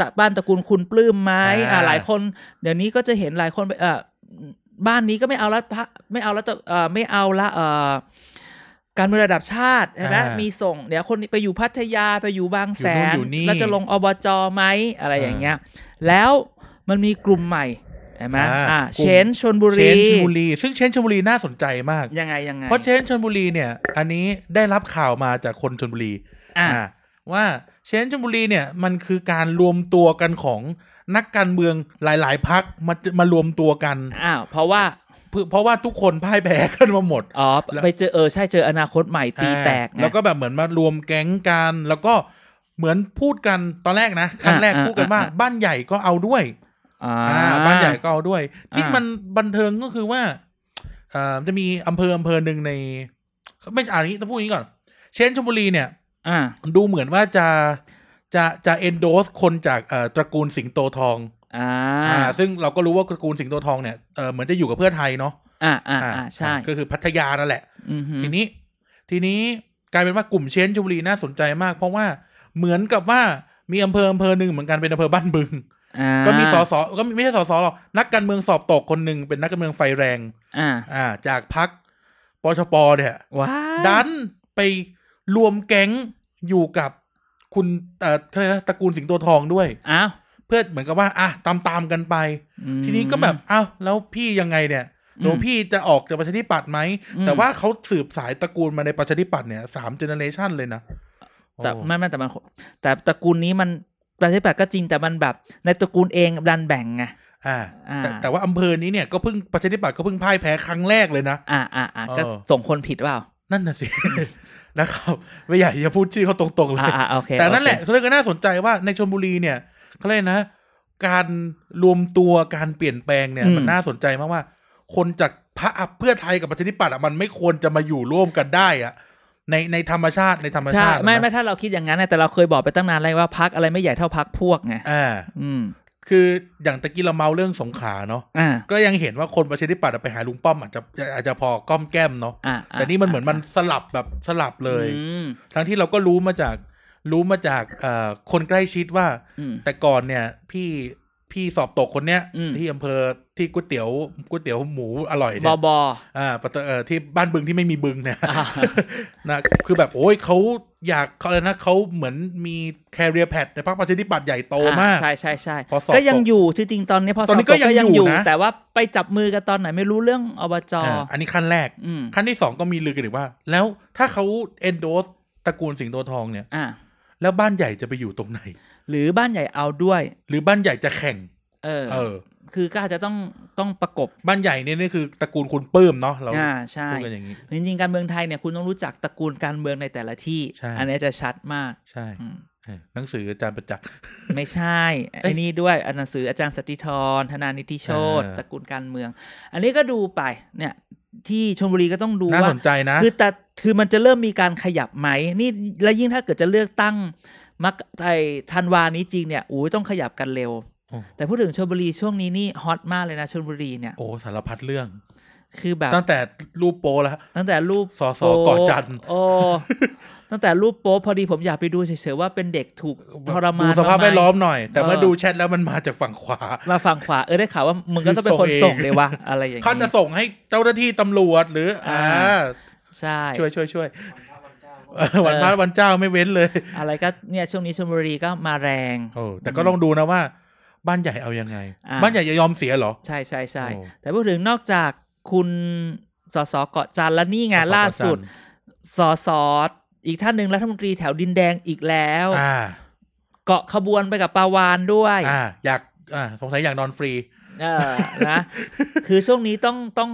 [SPEAKER 1] ตะบ้านตระกูลคุณปลื้มไหมอ่า
[SPEAKER 2] อ่า
[SPEAKER 1] หลายคน เดี๋ยวนี้ก็จะเห็นหลายคนไปเออบ้านนี้ก็ไม่เอาละพระไม่เอาละตระเออไม่เอาละเออการเมืองระดับชาติใช่ไหมมีส่งเดี๋ยวคนไปอยู่พัทยาไปอยู่บางแสนแล้วจะลงอบจไหมอะไรอย่างเงี้ย แล้วมันมีกลุ่มใหม่ใช่ไหมอ่าเชนชนบุ
[SPEAKER 2] เช
[SPEAKER 1] รี
[SPEAKER 2] นชลบุรี ซึ่งเชนชลบุรีน่าสนใจมาก
[SPEAKER 1] ยังไงยังไง
[SPEAKER 2] เพราะเชนชลบุรีเนี่ย อันนี้ได้รับข่าวมาจากคนชลบุรี
[SPEAKER 1] อ่า
[SPEAKER 2] อ่าว่าเชนชลบุรีเนี่ยมันคือการรวมตัวกันของนักการเมืองหลาย ๆพักมามารวมตัวกัน
[SPEAKER 1] อ้าวเพราะว่า
[SPEAKER 2] เพื่อเพราะว่าทุกคนพ่ายแพ้กันมาหมด
[SPEAKER 1] อ๋อ
[SPEAKER 2] แล้ว
[SPEAKER 1] ไปเจอเออใช่เจออนาคตใหม่ตีแตก
[SPEAKER 2] อ่า
[SPEAKER 1] ไง
[SPEAKER 2] แล้วก็แบบเหมือนมารวมแก๊งกัน แล้วก็เหมือนพูดกันตอนแรกนะครั้งแรก
[SPEAKER 1] อ่า
[SPEAKER 2] พูดกันว่า
[SPEAKER 1] อ่าอ่า
[SPEAKER 2] บ้านใหญ่ก็เอาด้วย
[SPEAKER 1] อ่า
[SPEAKER 2] อ่า บ้านใหญ่ก็เอาด้วย ที่
[SPEAKER 1] อ่ามั
[SPEAKER 2] มันบันเทิงก็คือว่าเอ่อจะมีอำเภออำเภอหนึ่งใน ไม่อ่านนี้ต้องพูดอย่างนี้ก่อน เช่นชลบุรีเนี่ย
[SPEAKER 1] อ่า
[SPEAKER 2] ดูเหมือนว่าจะจะจะเอนโดสคนจากเอ่อตระกูลสิงโตทอง
[SPEAKER 1] อ่า
[SPEAKER 2] อ่าซึ่งเราก็รู้ว่าตระกูลสิงโตทองเนี่ยเอ่อเหมือนจะอยู่กับเพื่อไทยเนาะ
[SPEAKER 1] อ่าอ่าอ่าใช่
[SPEAKER 2] ก็คือพัทยานั่นแหละ
[SPEAKER 1] อือหือ
[SPEAKER 2] ทีนี้ทีนี้กลายเป็นว่ากลุ่มเชนชลบุรีน่าสนใจมาก เพราะว่าเหมือนกับว่ามีอำเภออำเภอหนึ่งเหมือนกันเป็นอำเภอบ้านบึง
[SPEAKER 1] อ่า
[SPEAKER 2] ก็มีสสก็ไม่ใช่สสหรอกนักการเมืองสอบตกคนหนึ่งเป็นนักการเมืองไฟแรง
[SPEAKER 1] อ่า
[SPEAKER 2] อ่า จากพักปชปเนี่ย
[SPEAKER 1] ว้าย
[SPEAKER 2] ดันไปรวมแก๊งอยู่กับคุณเอ่อเขาเรียกอะไรนะตระกูลสิงโตทองด้วย
[SPEAKER 1] อ้าว
[SPEAKER 2] เพื่อเหมือนกับว่าอ่ะตามตามๆกันไป
[SPEAKER 1] อืม
[SPEAKER 2] ทีนี้ก็แบบอ้าวแล้วพี่ยังไงเนี่ยหนู
[SPEAKER 1] อืม
[SPEAKER 2] พี่จะออกจากประชาธิปัตย์ไหม
[SPEAKER 1] อืม
[SPEAKER 2] แต่ว่าเขาสืบสายตระกูลมาในประชาธิปัตย์เนี่ยสามเจเนอเรชันเลยนะ
[SPEAKER 1] แต่
[SPEAKER 2] โอ้
[SPEAKER 1] ไม่ไม่แต่มันแต่ตระกูลนี้มันประชาธิปัตย์ก็จริงแต่มันแบบในตระกูลเองดันแบ่งไง
[SPEAKER 2] อ่า
[SPEAKER 1] อ่า
[SPEAKER 2] แต่แต่ว่าอำเภอนี้เนี่ยก็เพิ่งประชาธิปัตย์ก็เพิ่งพ่ายแพ้ครั้งแรกเลยนะ
[SPEAKER 1] อ่าอ่าอ่า
[SPEAKER 2] เออ
[SPEAKER 1] ก็ส่งคนผิดเปล่า
[SPEAKER 2] นั่นน่ะสิ นะครับไม่อยากจะพูดชื่อเขาตรงๆเล
[SPEAKER 1] อ่าย อ่าโอเค
[SPEAKER 2] แต่นั่นแหละ
[SPEAKER 1] โอเค
[SPEAKER 2] เรื่องก็น่าสนใจว่าในชลบุรีเนี่ยเขาเรียกนะ การรวมตัวการเปลี่ยนแปลงเนี่ยมันน่าสนใจมากว่า คนจากพระอัพเพื่อไทยกับประชาธิปัตย์อ่ะมันไม่ควรจะมาอยู่ร่วมกันได้อ่ะในในธรรมชาติในธรรม
[SPEAKER 1] ใช่
[SPEAKER 2] ชาติ
[SPEAKER 1] ไม่
[SPEAKER 2] นะ
[SPEAKER 1] ไม่ถ้าเราคิดอย่างนั้นนะแต่เราเคยบอกไปตั้งนานแล้วว่าพักอะไรไม่ใหญ่เท่าพักพวกไง
[SPEAKER 2] อ่า
[SPEAKER 1] อืม
[SPEAKER 2] คืออย่างตะกี้เราเมาเรื่องสงขลาเนาะ
[SPEAKER 1] อ่า
[SPEAKER 2] ก็ยังเห็นว่าคนประชาธิปัตย์อ่ะไปหาลุงป้อมอาจจะอาจจะพอก้อมแก้มเนาะ
[SPEAKER 1] อ่าา
[SPEAKER 2] แต่นี่มันเหมือนมันสลับแบบสลับเลย
[SPEAKER 1] อืม
[SPEAKER 2] ทั้งที่เราก็รู้มาจากรู้มาจากเอ่อคนใกล้ชิดว่า
[SPEAKER 1] อืม
[SPEAKER 2] แต่ก่อนเนี่ยพี่พี่สอบตกคนเนี้ย
[SPEAKER 1] อืม
[SPEAKER 2] ที่อำเภอที่ก๋วยเตี๋ยวก๋วยเตี๋ยวหมูอร่อย
[SPEAKER 1] บ
[SPEAKER 2] เนี่
[SPEAKER 1] อยบอ
[SPEAKER 2] อ่าปะเตอเอ่อที่บ้านบึงที่ไม่มีบึงเนี่ย
[SPEAKER 1] อ่า
[SPEAKER 2] นะคือแบบโอ้ยเขาอยากเขาเลยนะเขาเหมือนมีแคเรียแพดในพรรคประชาธิปัตย์ใหญ่โตมาก
[SPEAKER 1] อ่ใช่ใช่ใช่
[SPEAKER 2] พอสอบ
[SPEAKER 1] ก็ยัง
[SPEAKER 2] ตก
[SPEAKER 1] อยู่จริงๆตอนนี้พอสอบ
[SPEAKER 2] ตอนนี้ก็
[SPEAKER 1] ต
[SPEAKER 2] ยังอยู่นะ
[SPEAKER 1] แต่ว่าไปจับมือกันตอนไหนไม่รู้เรื่องอบจ
[SPEAKER 2] อ่าอันนี้ขั้นแรก
[SPEAKER 1] อืม
[SPEAKER 2] ขั้นที่สองก็มีลือกันอีกว่า แล้วถ้าเขา endorse ตระกูลสิงโตทองเนี่ย
[SPEAKER 1] อ่า
[SPEAKER 2] แล้วบ้านใหญ่จะไปอยู่ตรงไหน
[SPEAKER 1] หรือบ้านใหญ่เอาด้วย
[SPEAKER 2] หรือบ้านใหญ่จะแข่ง
[SPEAKER 1] เออ
[SPEAKER 2] เออ
[SPEAKER 1] คือก็อาจจะต้องต้องประกบ
[SPEAKER 2] บ้านใหญ่เนี่ยนี่คือตระกูลคุณปื้มเนาะเรา
[SPEAKER 1] อ่าใช่
[SPEAKER 2] พูดกันอย่างนี้
[SPEAKER 1] จริงๆการเมืองไทยเนี่ยคุณต้องรู้จักตระกูลการเมืองในแต่ละที่
[SPEAKER 2] ใช่
[SPEAKER 1] อันนี้จะชัดมาก
[SPEAKER 2] ใช่
[SPEAKER 1] อืม
[SPEAKER 2] เออหนังสืออาจารย์ประจักษ์
[SPEAKER 1] ไม่ใช่ไอ้นี่ด้วยอันหนังสืออาจารย์สนติธรธนานิติโชต
[SPEAKER 2] อ่า
[SPEAKER 1] ตระกูลการเมือง อันนี้ก็ดูไปเนี่ยที่ชลบุรีก็ต้องดู
[SPEAKER 2] น่า
[SPEAKER 1] ว่า
[SPEAKER 2] สนใจนะ
[SPEAKER 1] คือแต่คือมันจะเริ่มมีการขยับไหมนี่และยิ่งถ้าเกิดจะเลือกตั้งมักไอธันวานี้จริงเนี่ยอู้ยต้องขยับกันเร็ว
[SPEAKER 2] โอ้
[SPEAKER 1] แต่พูดถึงชลบุรีช่วงนี้นี่ฮอตมากเลยนะชลบุรีเนี่ย
[SPEAKER 2] โอ้สารพัดเรื่อง
[SPEAKER 1] คือแบบ
[SPEAKER 2] ตั้งแต่รูปโปแล้ว
[SPEAKER 1] ตั้งแต่รูป
[SPEAKER 2] สส
[SPEAKER 1] โป๊
[SPEAKER 2] ก่อจันทร์
[SPEAKER 1] โอ้ตั้งแต่รูปโป๊พอดีผมอยากไปดูเฉยๆว่าเป็นเด็กถูกทรมาน
[SPEAKER 2] ดูสภาพ
[SPEAKER 1] มกๆ
[SPEAKER 2] แวดล้อมหน่อย แต่เมื่อ
[SPEAKER 1] เออ
[SPEAKER 2] ดูแชทแล้วมันมาจากฝั่งขวา
[SPEAKER 1] มาฝั่งขวาเออได้ข่าวว่ามึงก็ต้องเป็นคน
[SPEAKER 2] ส่
[SPEAKER 1] ส่
[SPEAKER 2] ง
[SPEAKER 1] ง
[SPEAKER 2] เอง
[SPEAKER 1] เลยวะอะไรอย่าง
[SPEAKER 2] เขาจะ
[SPEAKER 1] นี้
[SPEAKER 2] ส่งให้เจ้าหน้าที่ตำรวจหรือ อ่า
[SPEAKER 1] อ่า ใช่
[SPEAKER 2] ช่วยช่วยช่วยเออวันพระวันเจ้าไม่เว้นเลย
[SPEAKER 1] อะไรก็เนี่ยช่วงนี้ชลบุรีก็มาแรง
[SPEAKER 2] โอ้แต่ก็ต้องดูนะว่า บ้านใหญ่เอายังไง
[SPEAKER 1] อ่า
[SPEAKER 2] บ้านใหญ่จะยอมเสียเหรอ
[SPEAKER 1] ใช่ใช่ใช่
[SPEAKER 2] โอ้
[SPEAKER 1] แต่พูดถึงนอกจากคุณสสเกาะจันทร์และนี่ไงานล่าสุดสสอีกท่านหนึ่งรัฐมนตรีแถวดินแดงอีกแล้ว
[SPEAKER 2] อ่า
[SPEAKER 1] เกาะขบวนไปกับปาวานด้วย
[SPEAKER 2] อ่า อยาก อ่า สงสัยอยากนอนฟรี
[SPEAKER 1] เออนะ คือช่วงนี้ต้องต้อง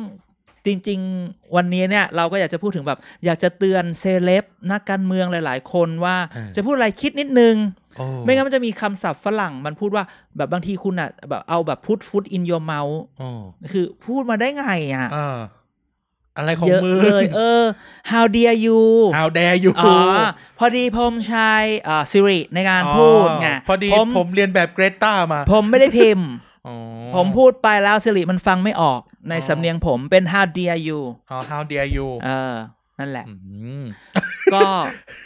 [SPEAKER 1] จริง ๆ วันนี้เนี่ย เราก็อยากจะพูดถึงแบบ อยากจะเตือนเซเลบนักการเมืองหลาย ๆ คนว่า
[SPEAKER 2] เออ
[SPEAKER 1] จะพูดอะไรคิดนิดนึง
[SPEAKER 2] โอ้
[SPEAKER 1] ไม่งั้นมันจะมีคำศัพท์ฝรั่งมันพูดว่าแบบบางทีคุณอ่ะแบบเอาแบบพุทฟุตอินโยเมา
[SPEAKER 2] โอ้
[SPEAKER 1] คือพูดมาได้ไงอ่ะ
[SPEAKER 2] อ่าอะไรของ
[SPEAKER 1] เยอะ
[SPEAKER 2] มือ
[SPEAKER 1] เลยเออ how dare you
[SPEAKER 2] เอาแดอยู่
[SPEAKER 1] อ๋อพอดีผมใช้อ่าสิริในการพูดไง
[SPEAKER 2] อ๋อพอดี
[SPEAKER 1] ผม
[SPEAKER 2] ผมเรียนแบบเกรต้ามา
[SPEAKER 1] ผมไม่ได้พิมพ์
[SPEAKER 2] อ๋อ
[SPEAKER 1] ผมพูดไปแล้วสิริมันฟังไม่ออกในสำเนียงผมเป็น how dare you
[SPEAKER 2] อ๋อ how dare you
[SPEAKER 1] เออ นั่นแหละ
[SPEAKER 2] ม
[SPEAKER 1] ก็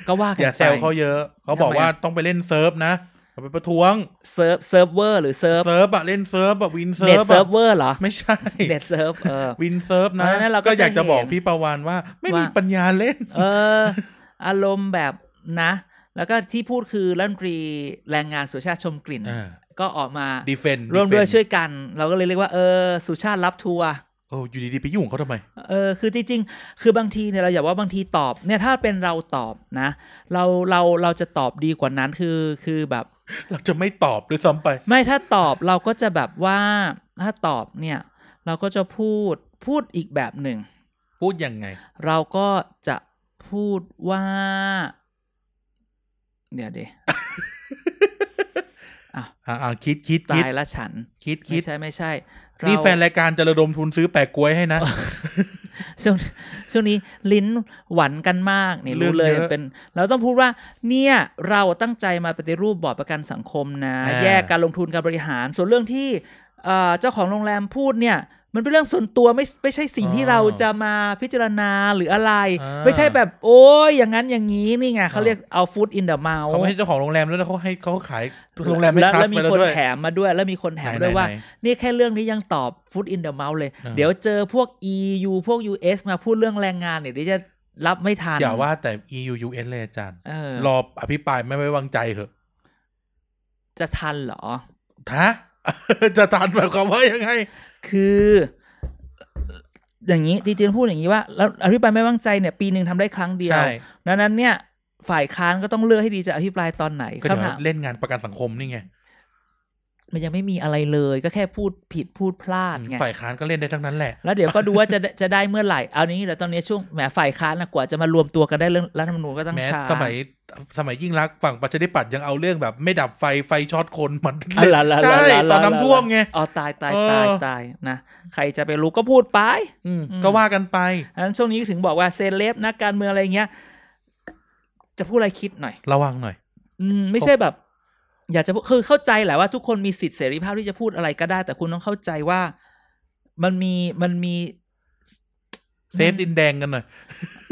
[SPEAKER 1] ก็ว่ากัน
[SPEAKER 2] อย่าแซวเขา
[SPEAKER 1] ไป
[SPEAKER 2] เยอะ เขาบอก
[SPEAKER 1] ทำไมอะ
[SPEAKER 2] ว่าต้องไปเล่นเซิร์ฟนะอย่าไปประท้วง
[SPEAKER 1] เซิร์ฟเซิร์ฟเวอร์หรือเซิร์ฟ
[SPEAKER 2] เซิร์ฟอะเล่นเซิร์ฟอะวินเซิ
[SPEAKER 1] เน็ต
[SPEAKER 2] ร์ฟ
[SPEAKER 1] เซิร์
[SPEAKER 2] อะ
[SPEAKER 1] ฟเวอร์เหรอ
[SPEAKER 2] ไม่ใช่
[SPEAKER 1] เน็ตเซิร์ฟเออ
[SPEAKER 2] วินเซิร์ฟนะ
[SPEAKER 1] เพราะฉะนั้นเราก็
[SPEAKER 2] ก็อยาก
[SPEAKER 1] จะ
[SPEAKER 2] จะ
[SPEAKER 1] เห็น
[SPEAKER 2] บอกพี่ประวานว่า ไม่มี
[SPEAKER 1] ว่า
[SPEAKER 2] ปัญญาเล่น
[SPEAKER 1] เออ อารมณ์แบบนะ แล้วก็ที่พูดคือรัฐมนตรีแรงงานสุชาติชมกลิ่น
[SPEAKER 2] อ่า
[SPEAKER 1] ก็ออกมา
[SPEAKER 2] ดีเฟน
[SPEAKER 1] ร่วมด้วยช่วยกัน เราก็เลยเรียกว่าเออสุชาติรับทัวร์
[SPEAKER 2] โอ้อยู่ดีๆไปยุ่งเขาทำไม
[SPEAKER 1] เออคือจริงๆ คือบางทีเนี่ยเราอย่าว่าบางทีตอบเนี่ยถ้าเป็นเราตอบนะ เราเราเราจะตอบดีกว่านั้นคือคือแบบ
[SPEAKER 2] เราจะไม่ตอบด้วยซ้ำไป
[SPEAKER 1] ไม่ถ้าตอบเราก็จะแบบว่าถ้าตอบเนี่ย เราก็จะพูด พูดอีกแบบหนึ่ง
[SPEAKER 2] พูดยังไง
[SPEAKER 1] เราก็จะพูดว่า เดี๋ยวเดยว อ่ะ
[SPEAKER 2] อ่าอ่าคิดคิด
[SPEAKER 1] ตา
[SPEAKER 2] คิด
[SPEAKER 1] ยละฉัน
[SPEAKER 2] คิดคิ
[SPEAKER 1] ไม่
[SPEAKER 2] ด
[SPEAKER 1] ใช่ไม่ใช่เรา
[SPEAKER 2] นี่แฟนรายการจะระดมทุนซื้อแปะกล้วยให้นะ
[SPEAKER 1] ช่วง ช่วงนี้ลิ้นหวันกันมากเนี่ย
[SPEAKER 2] เรื่
[SPEAKER 1] รู้
[SPEAKER 2] อง
[SPEAKER 1] เลย
[SPEAKER 2] เยอะ
[SPEAKER 1] เป็น เราต้องพูดว่า เนี่ย เราตั้งใจมาปฏิรูปบอร์ดประกันสังคมนะ
[SPEAKER 2] อ่า
[SPEAKER 1] แยกการลงทุนการบริหาร ส่วนเรื่องที่เอ่อเจ้าของโรงแรมพูดเนี่ย มันเป็นเรื่องส่วนตัวไม่ไม่ใช่สิ่งที่เราจะมาพิจารณาหรืออะไร
[SPEAKER 2] อ่า
[SPEAKER 1] ไม่ใช่แบบ โอ้ยอย่างนั้นอย่างนี้นี่ไงเขาเรียกเอาฟู้ดอินเดอะมา
[SPEAKER 2] เขาไม่ใช่เจ้าของโรงแรมด้วยนะเขาให้เขาขายโรงแรมให้
[SPEAKER 1] แล้ว
[SPEAKER 2] ทรัส
[SPEAKER 1] แล้ว
[SPEAKER 2] ไป
[SPEAKER 1] มี
[SPEAKER 2] แล้ว
[SPEAKER 1] คน
[SPEAKER 2] ด้วย
[SPEAKER 1] แถมมาด้วย แล้วมีคนแถมด้วย
[SPEAKER 2] ไหนๆ
[SPEAKER 1] ว่า
[SPEAKER 2] ไหน
[SPEAKER 1] นี่แค่เรื่องนี้ยังตอบฟุตอินเดอะเมาส์เลย
[SPEAKER 2] อ่า
[SPEAKER 1] เดี๋ยวเจอพวก EU พวก US มาพูดเรื่องแรงงานเนี่ยเดี๋ยวจะรับไม่ทัน
[SPEAKER 2] อย่าว่าแต่ EU US เลยอาจารย์
[SPEAKER 1] เออ
[SPEAKER 2] รออภิปรายไม่ไว้วางใจเหอะ
[SPEAKER 1] จะทันเหรอ
[SPEAKER 2] ฮะ จะทันแบบความว่ายังไง
[SPEAKER 1] คือ อย่างนี้จริงๆพูดอย่างนี้ว่าแล้วอภิปรายไม่ไว้วางใจเนี่ยปีหนึ่งทำได้ครั้งเดียว
[SPEAKER 2] ใช่
[SPEAKER 1] ดังนั้นเนี่ย ฝ่ายค้านก็ต้องเลือกให้ดีจะอภิปรายตอนไหน
[SPEAKER 2] ก็เดี๋ยว
[SPEAKER 1] คำถาม
[SPEAKER 2] เล่นงานประกันสังคมนี่ไง
[SPEAKER 1] มันยังไม่มีอะไรเลย ก็แค่พูดผิดพูดพลาดไง
[SPEAKER 2] ฝ่ายค้านก็เล่นได้ทั้งนั้นแหละ
[SPEAKER 1] แล้วเดี๋ยวก็ดูว่าจะได้จะได้เมื่อไหร่ เอานี้เดี๋ยวตอนนี้ช่วงแหมฝ่ายค้านนะกว่าจะมารวมตัวกันได้เรื่องรัฐธรรมนูญก็ต้อง
[SPEAKER 2] แม้
[SPEAKER 1] ช้า
[SPEAKER 2] สมัยสมัยยิ่งรักษณ์ฝั่งประชาธิปัตย์ยังเอาเรื่องแบบ ไม่ดับไฟไฟช็อตคนมัน
[SPEAKER 1] อ๋อเหรอเหรอเหร
[SPEAKER 2] ใช่
[SPEAKER 1] เหร
[SPEAKER 2] ตอนน้ำท่วมไง
[SPEAKER 1] อ๋อตายตายตาย
[SPEAKER 2] เออ
[SPEAKER 1] ตายนะ ใครจะไปรู้ก็พูดไป
[SPEAKER 2] อืม
[SPEAKER 1] อืม
[SPEAKER 2] ก็ว่ากันไป
[SPEAKER 1] อันนั้นช่วงนี้ถึงบอกว่าเซเลบนะการเมืองอะไรเงี้ย จะพูดอะไรคิดหน่อย
[SPEAKER 2] ระวังหน่อย
[SPEAKER 1] อืมไม่ใช่แบบ อยากจะพูดคือเข้าใจแหละว่าทุกคนมีสิทธิเสรีภาพที่จะพูดอะไรก็ได้ แต่คุณต้องเข้าใจว่ามันมีมันมี
[SPEAKER 2] เซฟดินแดงกันหน่อย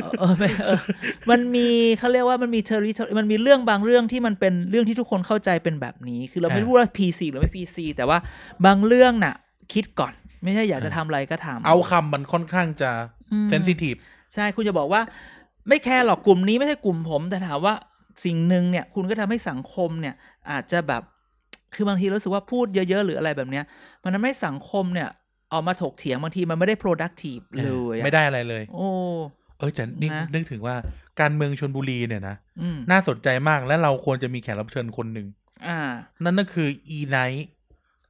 [SPEAKER 1] เออเออไม่เออมันมีเขาเรียกว่ามันมีเทอริทมันมีเรื่องบางเรื่องที่มันเป็นเรื่องที่ทุกคนเข้าใจเป็นแบบนี้ คือเราไม่
[SPEAKER 2] อ่า
[SPEAKER 1] พูดว่า PC หรือไม่ PC แต่ว่าบางเรื่องน่ะ คิดก่อน ไม่ใช่อยากจะทำอะไรก็ทำ
[SPEAKER 2] เอาคำมันค่อนข้างจะ
[SPEAKER 1] อืม
[SPEAKER 2] เซนซิทีฟ
[SPEAKER 1] ใช่คุณจะบอกว่า ไม่แคร์หรอกกลุ่มนี้ไม่ใช่กลุ่มผม แต่ถามว่าสิ่งหนึ่งเนี่ย คุณก็ทำให้สังคมเนี่ย อาจจะแบบ คือบางทีรู้สึกว่าพูดเยอะ ๆ หรืออะไรแบบเนี้ย มันทำให้สังคมเนี่ยออกมาถกเถียงบางทีมันไม่ได้ productive เลยอะ
[SPEAKER 2] ไม่ได้อะไรเลย
[SPEAKER 1] โอ้
[SPEAKER 2] เออแต่นี่
[SPEAKER 1] นะ
[SPEAKER 2] นึกถึงว่าการเมืองชนบุรีเนี่ยนะ
[SPEAKER 1] อืม
[SPEAKER 2] น่าสนใจมากและเราควรจะมีแขกรับเชิญคนหนึ่ง
[SPEAKER 1] อ่า
[SPEAKER 2] นั่นก็คืออีไนท์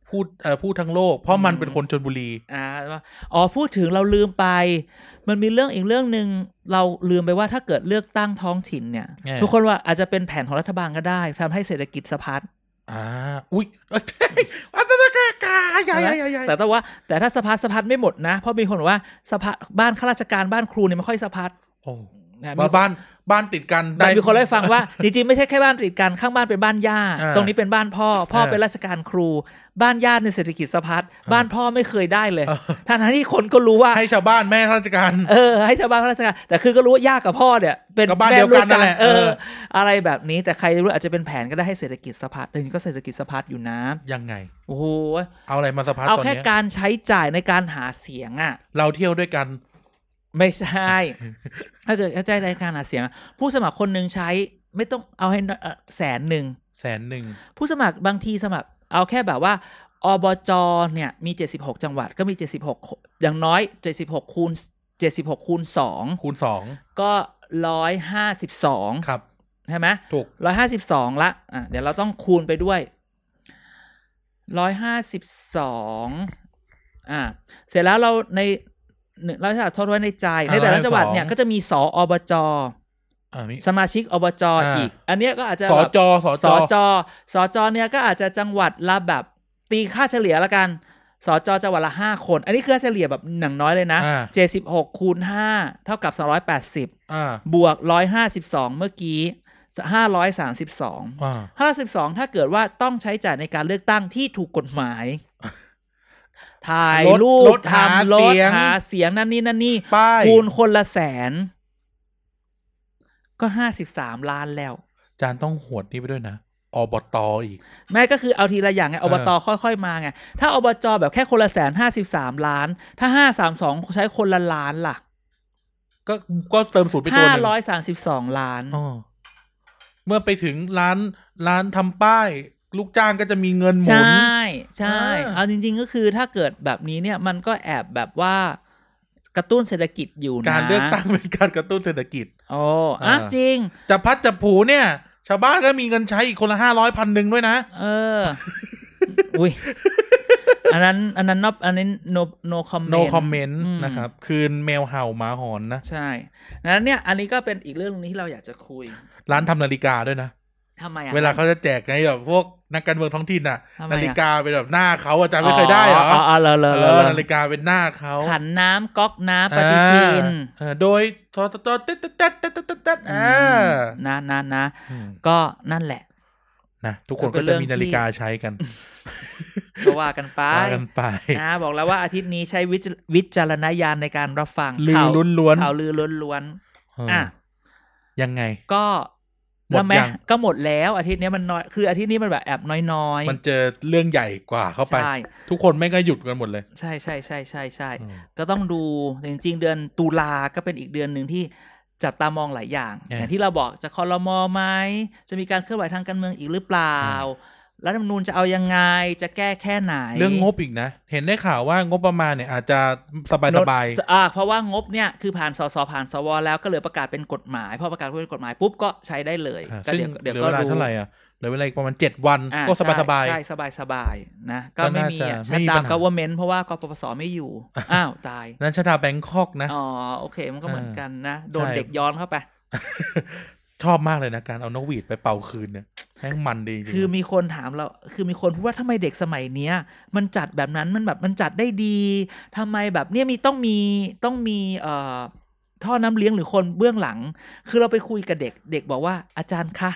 [SPEAKER 2] พูดเอ่อพูดทั้งโลก เพราะมันเป็นคนชนบุรี
[SPEAKER 1] อ่าว่าอ๋อพูดถึงเราลืมไป มันมีเรื่องอีกเรื่องหนึ่งเราลืมไปว่าถ้าเกิดเลือกตั้งท้องถิ่นเนี่ย
[SPEAKER 2] เออ
[SPEAKER 1] ทุกคนว่าอาจจะเป็นแผนของรัฐบาลก็ได้ทำให้เศรษฐกิจสะพัด
[SPEAKER 2] อ่าอุ้ยเอ้ยอัตตะกากาใหญ่ใหญ่ใหญ่ใหญ่
[SPEAKER 1] แต่แต่ว่าแต่ถ้าสะพัดสะพัดไม่หมดนะ เพราะมีคนบอกว่าสะพัดบ้านข้าราชการบ้านครูเนี่ยไม่ค่อยสะพัด
[SPEAKER 2] โอ้
[SPEAKER 1] นะ
[SPEAKER 2] มา
[SPEAKER 1] มี
[SPEAKER 2] บ้านบ้านติดกัน
[SPEAKER 1] แต่
[SPEAKER 2] ได้
[SPEAKER 1] มีคนเล่าให้ฟังว่า จริงๆไม่ใช่แค่บ้านติดกันข้างบ้านเป็นบ้านย่า
[SPEAKER 2] เออ
[SPEAKER 1] ตรงนี้เป็นบ้านพ่อ พ่อ
[SPEAKER 2] เออ
[SPEAKER 1] เป็นราชการครู บ้านญาติในยเศรษฐกิจสะพัด
[SPEAKER 2] ออ
[SPEAKER 1] บ้านพ่อไม่เคยได้เลย
[SPEAKER 2] เออ
[SPEAKER 1] ทั้งๆที่คนก็รู้ว่า
[SPEAKER 2] ให้ชาวบ้านแม่ข้าราชการ
[SPEAKER 1] เออให้ชาวบ้านข้าราชการแต่คือก็รู้ว่าย่ากับพ่อเนี่ย เป็น
[SPEAKER 2] ก็บ้าน
[SPEAKER 1] แม่
[SPEAKER 2] เดียวกันนั่นแหละ
[SPEAKER 1] เอ
[SPEAKER 2] เอ
[SPEAKER 1] อ
[SPEAKER 2] อ
[SPEAKER 1] อะไรแบบนี้แต่ใครรู้อาจจะเป็นแผนก็ได้ให้เศรษฐกิจสะพัดแต่จริงๆก็เศรษฐกิจสะพัดอยู่นะ
[SPEAKER 2] ยังไง
[SPEAKER 1] โอ้โห
[SPEAKER 2] เอาอะไรมาสะพัด
[SPEAKER 1] เอา
[SPEAKER 2] ตอน
[SPEAKER 1] แค่
[SPEAKER 2] เนี้ย
[SPEAKER 1] การใช้จ่ายในการหาเสียงอ่ะ
[SPEAKER 2] เราเที่ยวด้วยกัน
[SPEAKER 1] ไม่ใช่ ถ้าเกิดเข้าใจในการหาเสียงอะผู้สมัครคนหนึ่งใช้ไม่ต้องเอาให้น้อยเอ่อแสนหนึ่ง
[SPEAKER 2] แสนหนึ่ง
[SPEAKER 1] ผู้สมัครบางทีสมัคร เอาแค่แบบว่าอบจเนี่ยมี 76 จังหวัดก็มี 76คนอย่างน้อย 76คูณ76คูณสอง
[SPEAKER 2] คูณสอง
[SPEAKER 1] ก็ร้อยห้าสิบสอง
[SPEAKER 2] ครับ
[SPEAKER 1] ใช่ไหม
[SPEAKER 2] ถูก
[SPEAKER 1] ร้อยห้าสิบสองละอ่ะเดี๋ยวเราต้องคูณไปด้วยร้อยห้าสิบสองอ่ะเสร็จแล้วเราในหนึ่งเราจะทดไว้ในใจ ในแต่ละจังหวัดเนี่ยก็จะมีสออบจ
[SPEAKER 2] อ่ามี
[SPEAKER 1] สมาชิกอบจ
[SPEAKER 2] อ่า
[SPEAKER 1] อีก อันเนี้ยก็อาจจะ
[SPEAKER 2] สอ
[SPEAKER 1] แบบ
[SPEAKER 2] จอสอ
[SPEAKER 1] ส
[SPEAKER 2] จ
[SPEAKER 1] อ
[SPEAKER 2] อ
[SPEAKER 1] จอสอจอเนี่ยก็อาจจะจังหวัดละแบบตีค่าเฉลี่ยละกันสอจอจังหวัดละห้าคน อันนี้คือค่าเฉลี่ยแบบหนังน้อยเลยนะ
[SPEAKER 2] อ่า
[SPEAKER 1] เจ็ดสิบหกคูณห้าเท่ากับสองร้อยแปดสิบ
[SPEAKER 2] อ่า
[SPEAKER 1] บวกร้อยห้าสิบสองเมื่อกี้ห้าร้อยสามสิบสอง
[SPEAKER 2] อ่า
[SPEAKER 1] ห้าสิบสองถ้าเกิดว่าต้องใช้จ่ายในการเลือกตั้งที่ถูกกฎหมาย ถ่ายรูปทำรถหาเสียงนั่นนี่นั่นนี่
[SPEAKER 2] ป้าย
[SPEAKER 1] คูณคนละแสน ก็ห้าสิบสามล้านแล้ว
[SPEAKER 2] จานต้องหวดนี่ไปด้วยนะอบตอีก
[SPEAKER 1] แม่ก็คือเอาทีละอย่างไงอบตค่อยๆมาไง ถ้าอบจแบบแค่คนละแสนห้าสิบสามล้าน ถ้าห้าสามสองใช้คนละล้านล่ะ
[SPEAKER 2] ก็ก็เติมสูตรไปตัว
[SPEAKER 1] ห้า
[SPEAKER 2] หนึ่ง
[SPEAKER 1] ร้อยสามสิบสองล้าน
[SPEAKER 2] อ๋อเมื่อไปถึงร้านร้านทำป้าย ลูกจ้างก็จะมีเงินหมุ
[SPEAKER 1] ใช่
[SPEAKER 2] น
[SPEAKER 1] ใช่
[SPEAKER 2] อ่า
[SPEAKER 1] เอาจริง ๆ ก็คือถ้าเกิดแบบนี้เนี่ยมันก็แอบแบบว่ากระตุ้นเศรษฐกิจอยู่นะ
[SPEAKER 2] การเลือกตั้งเป็นการกระตุ้นเศรษฐกิจ
[SPEAKER 1] โอ้อ่ะ
[SPEAKER 2] อ่า
[SPEAKER 1] จริง
[SPEAKER 2] จะพัดจะผูเนี่ย ชาวบ้าน ก็มีเงินใช้อีกคนละห้าร้อยพันหนึ่งด้วยนะ
[SPEAKER 1] เออ อุ้ย อันนั้น อันนั้นนอบอันนี้ no no comment
[SPEAKER 2] no comment
[SPEAKER 1] อืม
[SPEAKER 2] นะครับ คืนแมวเห่าหมาหอนนะ
[SPEAKER 1] ใช่นั้นเนี่ย อันนี้ก็เป็นอีกเรื่องหนึงที่เราอยากจะคุย
[SPEAKER 2] ร้านทำนาฬิกาด้วยนะ
[SPEAKER 1] ทำไมอ่ะ
[SPEAKER 2] เวลาเขาจะแจกไงแบบพวกนักการเมืองท้องถิ่นน่ะ
[SPEAKER 1] ทำไมอะ
[SPEAKER 2] นาฬิกาเป็นแบบหน้าเขาอาจารย์ไม่เคยได้เหรอ
[SPEAKER 1] อ๋ออ๋อเหรอเหรอเหร
[SPEAKER 2] เอ
[SPEAKER 1] อ
[SPEAKER 2] อ
[SPEAKER 1] เหรอ
[SPEAKER 2] นาฬิกาเป็นหน้าเขา
[SPEAKER 1] ขันน้ำก๊อกน้ำปฏิทิน
[SPEAKER 2] อ่าเออโดยทอตตเต๊ดเต๊ดเต๊ดเต๊ดเต๊ดเต๊ดอ่า
[SPEAKER 1] นะนะนะ
[SPEAKER 2] อืม
[SPEAKER 1] ก็นั่นแหละ
[SPEAKER 2] นะทุกคน
[SPEAKER 1] ก็เป็
[SPEAKER 2] ก็
[SPEAKER 1] นเรื่อ
[SPEAKER 2] จะ
[SPEAKER 1] ง
[SPEAKER 2] มี
[SPEAKER 1] ที่
[SPEAKER 2] นาฬิกาใช้กัน
[SPEAKER 1] ก็ว่ากันไป
[SPEAKER 2] ว่ากันไป
[SPEAKER 1] นะบอกแล้วว่าอาทิตย์นี้ใช้วิจวิจารณญาณในการรับฟัง
[SPEAKER 2] ลือ
[SPEAKER 1] ข่าว
[SPEAKER 2] ล้วนๆ
[SPEAKER 1] ข่าวลือล้วน
[SPEAKER 2] เอ
[SPEAKER 1] ๆ
[SPEAKER 2] ออ
[SPEAKER 1] อ่ะ
[SPEAKER 2] ยังไง
[SPEAKER 1] ก็
[SPEAKER 2] หม
[SPEAKER 1] แล้ว
[SPEAKER 2] ด
[SPEAKER 1] ไหม
[SPEAKER 2] ยัง
[SPEAKER 1] ก็หมดแล้วอาทิตย์เนี้ยมันน้อยคืออาทิตย์นี้มันแบบแอบน้อย
[SPEAKER 2] มันเจอเรื่องใหญ่กว่าเข้า
[SPEAKER 1] ๆ
[SPEAKER 2] ไป
[SPEAKER 1] ใช่
[SPEAKER 2] ทุกคนไม่งก็หยุดกันหมดเลย
[SPEAKER 1] ใช่ใช่ใช่ใช่ใช่
[SPEAKER 2] อืม
[SPEAKER 1] ก็ต้องดูจริงๆ เดือนตุลาก็เป็นอีกเดือนหนึ่งที่จับตามองหลายอย่าง
[SPEAKER 2] อ่า
[SPEAKER 1] อย่างที่เราบอกจะคอรมอไหมจะมีการเคลื่อนไหวทางการเมืองอีกหรือเปล่า
[SPEAKER 2] อ่
[SPEAKER 1] รัฐธรรมนูญจะเอายังไงจะแก้แค่ไหน
[SPEAKER 2] เรื่องงบอีกนะ เห็นได้ข่าวว่างบประมาณเนี่ยอาจจะสบายสบาย
[SPEAKER 1] อ่าเพราะว่างบเนี่ยคือผ่านสสผ่านสวแล้วก็เหลือประกาศเป็นกฎหมายพอประกาศเป็นกฎหมายปุ๊บก็ใช้ได้เลย
[SPEAKER 2] อ่ะ
[SPEAKER 1] ก็
[SPEAKER 2] ซึ่ง
[SPEAKER 1] เดี๋ยว
[SPEAKER 2] เห
[SPEAKER 1] เดี๋ยว
[SPEAKER 2] ลือ
[SPEAKER 1] ก็
[SPEAKER 2] เวลา
[SPEAKER 1] รู้
[SPEAKER 2] เท่าไหร่อ่ะเหลือเวลาอีกประมาณเจ็ดวัน
[SPEAKER 1] อ่
[SPEAKER 2] ก็สบายสบาย
[SPEAKER 1] ใช่สบายสบายๆนะก็
[SPEAKER 2] ก็
[SPEAKER 1] ไม่
[SPEAKER 2] น่า
[SPEAKER 1] มี
[SPEAKER 2] จะ
[SPEAKER 1] อะชั
[SPEAKER 2] ไม่
[SPEAKER 1] ด
[SPEAKER 2] มี
[SPEAKER 1] ดาว
[SPEAKER 2] ปัญหา
[SPEAKER 1] กเวอร์เมนต์เพราะว่ากปปสไม่ อยู่ อ้าวตาย
[SPEAKER 2] นั้นชาดาแบงคอกนะ
[SPEAKER 1] อ๋อโอเคมันก็เหมือน
[SPEAKER 2] อ่ากั
[SPEAKER 1] กันนะ โดน
[SPEAKER 2] ใช่
[SPEAKER 1] เด็กย้อนเข้าไป
[SPEAKER 2] ชอบมากเลยนะ การเอานกหวีดไปเป่าคืนเนี่ยแม่งมันดีจริง
[SPEAKER 1] คือมีคนถามเรา คือมีคนพูดว่าทำไมเด็กสมัยเนี้ย มันจัดแบบนั้นมันแบบมันจัดได้ดีทำไมแบบเนี่ยมีต้องมีต้องมีเอ่อท่อน้ำเลี้ยงหรือคนเบื้องหลัง คือเราไปคุยกับเด็กเด็กบอกว่าอาจารย์คะ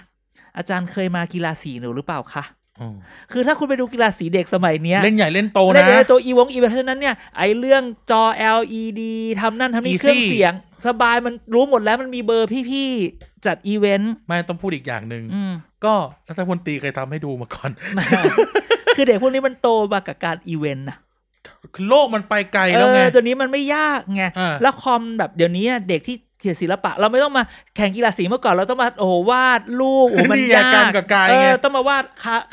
[SPEAKER 1] อาจารย์เคยมากีฬาสีหนูหรือเปล่าคะ
[SPEAKER 2] อืม
[SPEAKER 1] คือถ้าคุณไปดูกีฬาสีเด็กสมัยเนี้ย
[SPEAKER 2] เล่นใหญ่เล่นโต
[SPEAKER 1] เล่
[SPEAKER 2] นะ
[SPEAKER 1] นในตัวอีวงอีเวนต์นั้นเนี่ยไอเรื่องจอ LED ทำนั่นทำนี่
[SPEAKER 2] Easy
[SPEAKER 1] เครื่องเสียง สบายมันรู้หมดแล้วมันมีเบอร์พี่ๆจัดอีเวนต์
[SPEAKER 2] ไม่ต้องพูดอีกอย่างหนึ่ง
[SPEAKER 1] อืม
[SPEAKER 2] ก็รัฐมนตรีเคยทำให้ดูมาก่อน
[SPEAKER 1] ไม่ คือเด็กพวกนี้มันโตมากับการอีเวนต์นะ
[SPEAKER 2] คือโลกมันไปไกล
[SPEAKER 1] เอ
[SPEAKER 2] แล้วไง
[SPEAKER 1] อตัวนี้มันไม่ยากไง
[SPEAKER 2] อ่า
[SPEAKER 1] แล้วคอมแบบเดี๋ยวนี้เด็กที่เขียนศิลปะ เราไม่ต้องมาแข่งกีฬาสีเมื่อก่อนเราต้องมาโอ้โหวาดรูปโอ้โหมัน
[SPEAKER 2] นี่ไง
[SPEAKER 1] ยาก
[SPEAKER 2] การกับกาย
[SPEAKER 1] เอ
[SPEAKER 2] ไง
[SPEAKER 1] อต้องมาวาด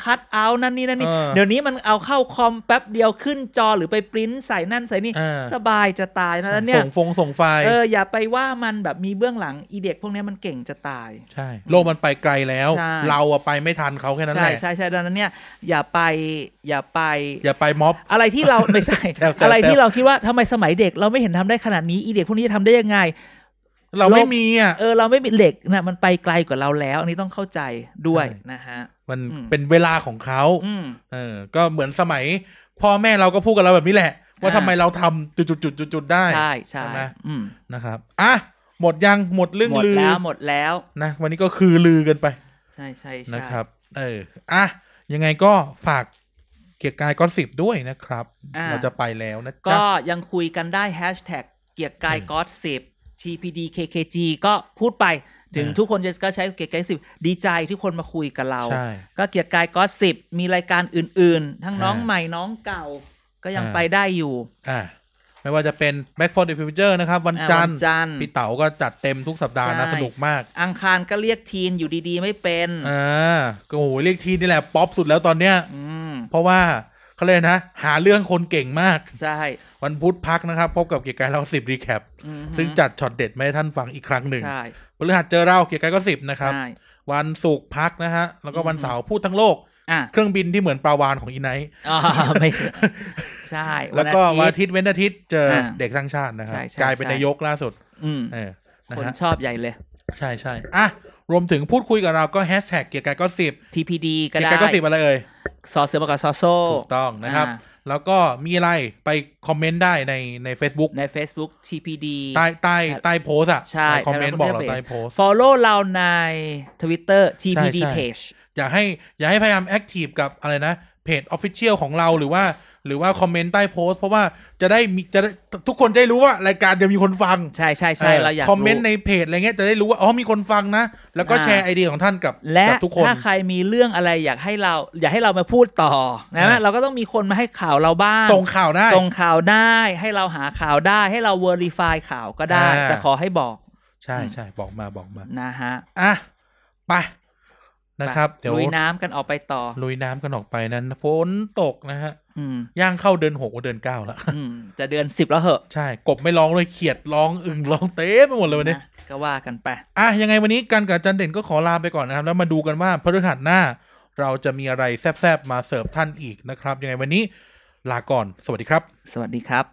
[SPEAKER 1] คัดเอานั่นนี่นั่นนี่
[SPEAKER 2] เออ
[SPEAKER 1] เดี๋ยวนี้มันเอาเข้าคอมแป๊บเดียวขึ้นจอหรือไปปริ้นใส่นั่นใส่นี่
[SPEAKER 2] เออ
[SPEAKER 1] สบายจะตายนะแล้วเนี่ย
[SPEAKER 2] ส่งฟงส่งไฟล์
[SPEAKER 1] เอออย่าไปว่ามันแบบมีเบื้องหลังอีเด็กพวกเนี้ยมันเก่งจะตาย
[SPEAKER 2] ใช่ โลกมันไปไกลแล้ว
[SPEAKER 1] ใช่
[SPEAKER 2] เราอะไปไม่ทันเขาแค่นั้นแห
[SPEAKER 1] ใช่
[SPEAKER 2] ละ
[SPEAKER 1] ใช่ใช่ดังนั้นเนี่ยอย่าไปอย่าไป
[SPEAKER 2] อย่าไปม็อบ
[SPEAKER 1] อะไรที่เรา ไม่ใช่
[SPEAKER 2] แซวๆ
[SPEAKER 1] อะไรที่เราคิดว่าทำไมสมัยเด็กเราไม่เห็นทำได้ขนาดนี้ อีเด็กพวกนี้จะทำได้ยังไง
[SPEAKER 2] เราไม่มีอ่ะ
[SPEAKER 1] เออ เราไม่มีเหล็กนะมันไปไกลกว่าเราแล้ว อันนี้ต้องเข้าใจด้วย
[SPEAKER 2] ใช่
[SPEAKER 1] นะฮะ
[SPEAKER 2] มัน
[SPEAKER 1] อืม
[SPEAKER 2] เป็นเวลาของเขา
[SPEAKER 1] อืม
[SPEAKER 2] เออ ก็เหมือนสมัย พ่อแม่เราก็พูดกับเราแบบนี้แหละ ว่า
[SPEAKER 1] อ่า
[SPEAKER 2] ทำไมเราทำจุดๆๆๆ ๆ ได้
[SPEAKER 1] ใช่ใช่
[SPEAKER 2] ใช่ไหม
[SPEAKER 1] อืม
[SPEAKER 2] นะครับ อ่ะ หมดยังหมดเรื่อง
[SPEAKER 1] หมด
[SPEAKER 2] ลือ
[SPEAKER 1] แล้วหมดแล้ว
[SPEAKER 2] นะ วันนี้ก็คือลือกันไป
[SPEAKER 1] ใช่ใช่ใช่
[SPEAKER 2] นะครับ เออ อ่ะ ยังไงก็ฝากเกียร์กายก้อนสิบด้วยนะครับ
[SPEAKER 1] อ่ะ
[SPEAKER 2] เราจะไปแล้วนะจ๊ะ
[SPEAKER 1] ก็ยังคุยกันได้แฮชแท็กเกียร์กายก็อดสิบ TPD KKG ก็พูดไปถึง
[SPEAKER 2] อ่า
[SPEAKER 1] ทุกคนจะก็ใช้เกียร์กายสิบดีใจที่คนมาคุยกับเรา
[SPEAKER 2] ใช่
[SPEAKER 1] ก็เกียร์กายก็สิบมีรายการอื่น ๆ ทั้งน้อง
[SPEAKER 2] อ่า
[SPEAKER 1] ใหม่น้องเก่า ก็ยัง
[SPEAKER 2] อ่า
[SPEAKER 1] ไปได้อยู่
[SPEAKER 2] อ่ะ ไม่ว่าจะเป็น Back for the Future นะครับ วัน
[SPEAKER 1] อ่า
[SPEAKER 2] จันทร์
[SPEAKER 1] วันจันทร์
[SPEAKER 2] พี่เต๋าก็จัดเต็มทุกสัปดาห์นะ
[SPEAKER 1] ใช่
[SPEAKER 2] สนุกมาก
[SPEAKER 1] อังคารก็เรียกทีนอยู่ดีๆ ไม่เป็น
[SPEAKER 2] อ่าก็โอ้โหเรียกทีนี่แหละป๊อปสุดแล้วตอนเนี้ย
[SPEAKER 1] อืม
[SPEAKER 2] เพราะว่าเขาเลยกนะ หาเรื่องคนเก่งมาก
[SPEAKER 1] ใช่
[SPEAKER 2] วันพุธพักนะครับ พบกับเกียร์กายเราสิบรีแคป
[SPEAKER 1] อืม
[SPEAKER 2] ซึ่งจัดช็อตเด็ดมาให้ท่านฟังอีกครั้งหนึ่ง
[SPEAKER 1] ใช่
[SPEAKER 2] พฤหัสเจอเราเกียร์กายก็สิบนะครับ
[SPEAKER 1] ใช่
[SPEAKER 2] วันศุกร์พักนะฮะ แล้วก็วัน
[SPEAKER 1] อืม
[SPEAKER 2] เสาร์พูดทั้งโลก
[SPEAKER 1] อ่ะ
[SPEAKER 2] เครื่องบินที่เหมือนปลาวานของอี ไน ท์
[SPEAKER 1] อ๋อไม่ใช่ใช่
[SPEAKER 2] แล้วก็วัน
[SPEAKER 1] อา
[SPEAKER 2] อา
[SPEAKER 1] ทิตย์
[SPEAKER 2] ทิตย์เว้นอาทิตย์เจออา เด็กสร้างชาตินะครับ
[SPEAKER 1] ใช่ใช่
[SPEAKER 2] กลายเป็น
[SPEAKER 1] ใช่
[SPEAKER 2] นายกล่าสุด
[SPEAKER 1] อืม
[SPEAKER 2] เออนะ
[SPEAKER 1] คน
[SPEAKER 2] ฮะ
[SPEAKER 1] ชอบใหญ่เลย
[SPEAKER 2] ใช่ใช่อ่ะรวมถึงพูดคุยกับเราก็แฮชแท็กเกียร์กายก็สิบ
[SPEAKER 1] TPD ก็
[SPEAKER 2] เกียร์
[SPEAKER 1] ได้
[SPEAKER 2] กายก็สิบอะไรเอ่ย
[SPEAKER 1] ซอเสือมากับซอโซ
[SPEAKER 2] ถูกต้องนะครับ
[SPEAKER 1] อ่า
[SPEAKER 2] แล้วก็มีอะไรไปคอมเมนต์ได้ในใน Facebook
[SPEAKER 1] ใน Facebook TPD
[SPEAKER 2] ใต้ใต้ใต้โพสอะ
[SPEAKER 1] ใช่
[SPEAKER 2] คอมเมนต์บอกเรา
[SPEAKER 1] ใน
[SPEAKER 2] ใต้โพส
[SPEAKER 1] Follow เราใน Twitter TPD
[SPEAKER 2] ใช่ใช่
[SPEAKER 1] Page
[SPEAKER 2] อยากให้อยากให้พยายามแอคทีฟกับอะไรนะเพจออฟฟิเชียลของเราหรือว่า หรือว่าคอมเมนต์ใต้โพสเพราะว่าจะได้มีจะได้ทุกคนจะได้รู้ว่ารายการจะมีคนฟัง
[SPEAKER 1] ใช่ใช่ใช่เราอยาก
[SPEAKER 2] คอมเมนต์ในเพจอะไรเงี้ยจะได้รู้ว่าอ๋อมีคนฟังนะ แล้วก็แชร์ไอเดียของท่านกับ
[SPEAKER 1] และ
[SPEAKER 2] กับทุกคน
[SPEAKER 1] ถ้าใครมีเรื่องอะไรอยากให้เรา อยากให้เรามาพูดต่อนะ
[SPEAKER 2] อ่า
[SPEAKER 1] เราก็ต้องมีคนมาให้ข่าวเราบ้าง
[SPEAKER 2] ส่งข่าวได้
[SPEAKER 1] ส่งข่าวได้ให้เราหาข่าวได้ให้เราเวอร์ f ีไฟข่าวก็ได้
[SPEAKER 2] อ่า
[SPEAKER 1] แต่ขอให้บอก
[SPEAKER 2] ใช่ใช่บอกมาบอกมา
[SPEAKER 1] นะฮะ
[SPEAKER 2] อ่ะไปนะครับ
[SPEAKER 1] ไป
[SPEAKER 2] เดี๋ยว
[SPEAKER 1] ลุยน้ำกันออกไปต่อ
[SPEAKER 2] ลุยน้ำกันออกไปนั้นฝนตกนะฮะ
[SPEAKER 1] อืม
[SPEAKER 2] ย่างเข้าเดือนหกว่าเดือนเก้าแล้ว
[SPEAKER 1] อืมจะเดือนสิบแล้วเหอะ
[SPEAKER 2] ใช่ กบไม่ร้องเลยเขียดร้องอึ่งร้องเต็มไปหมดเลยวันนี้
[SPEAKER 1] นะก็ว่ากันไป
[SPEAKER 2] อ่ะยังไงวันนี้กันกับอาจันเด่นก็ขอลาไปก่อนนะครับ แล้วมาดูกันว่าพฤหัสหน้า เราจะมีอะไรแซบๆ มาเสิร์ฟท่านอีกนะครับ ยังไงวันนี้
[SPEAKER 3] ลาก่อน สวัสดีครับ
[SPEAKER 2] สวัสดีครับ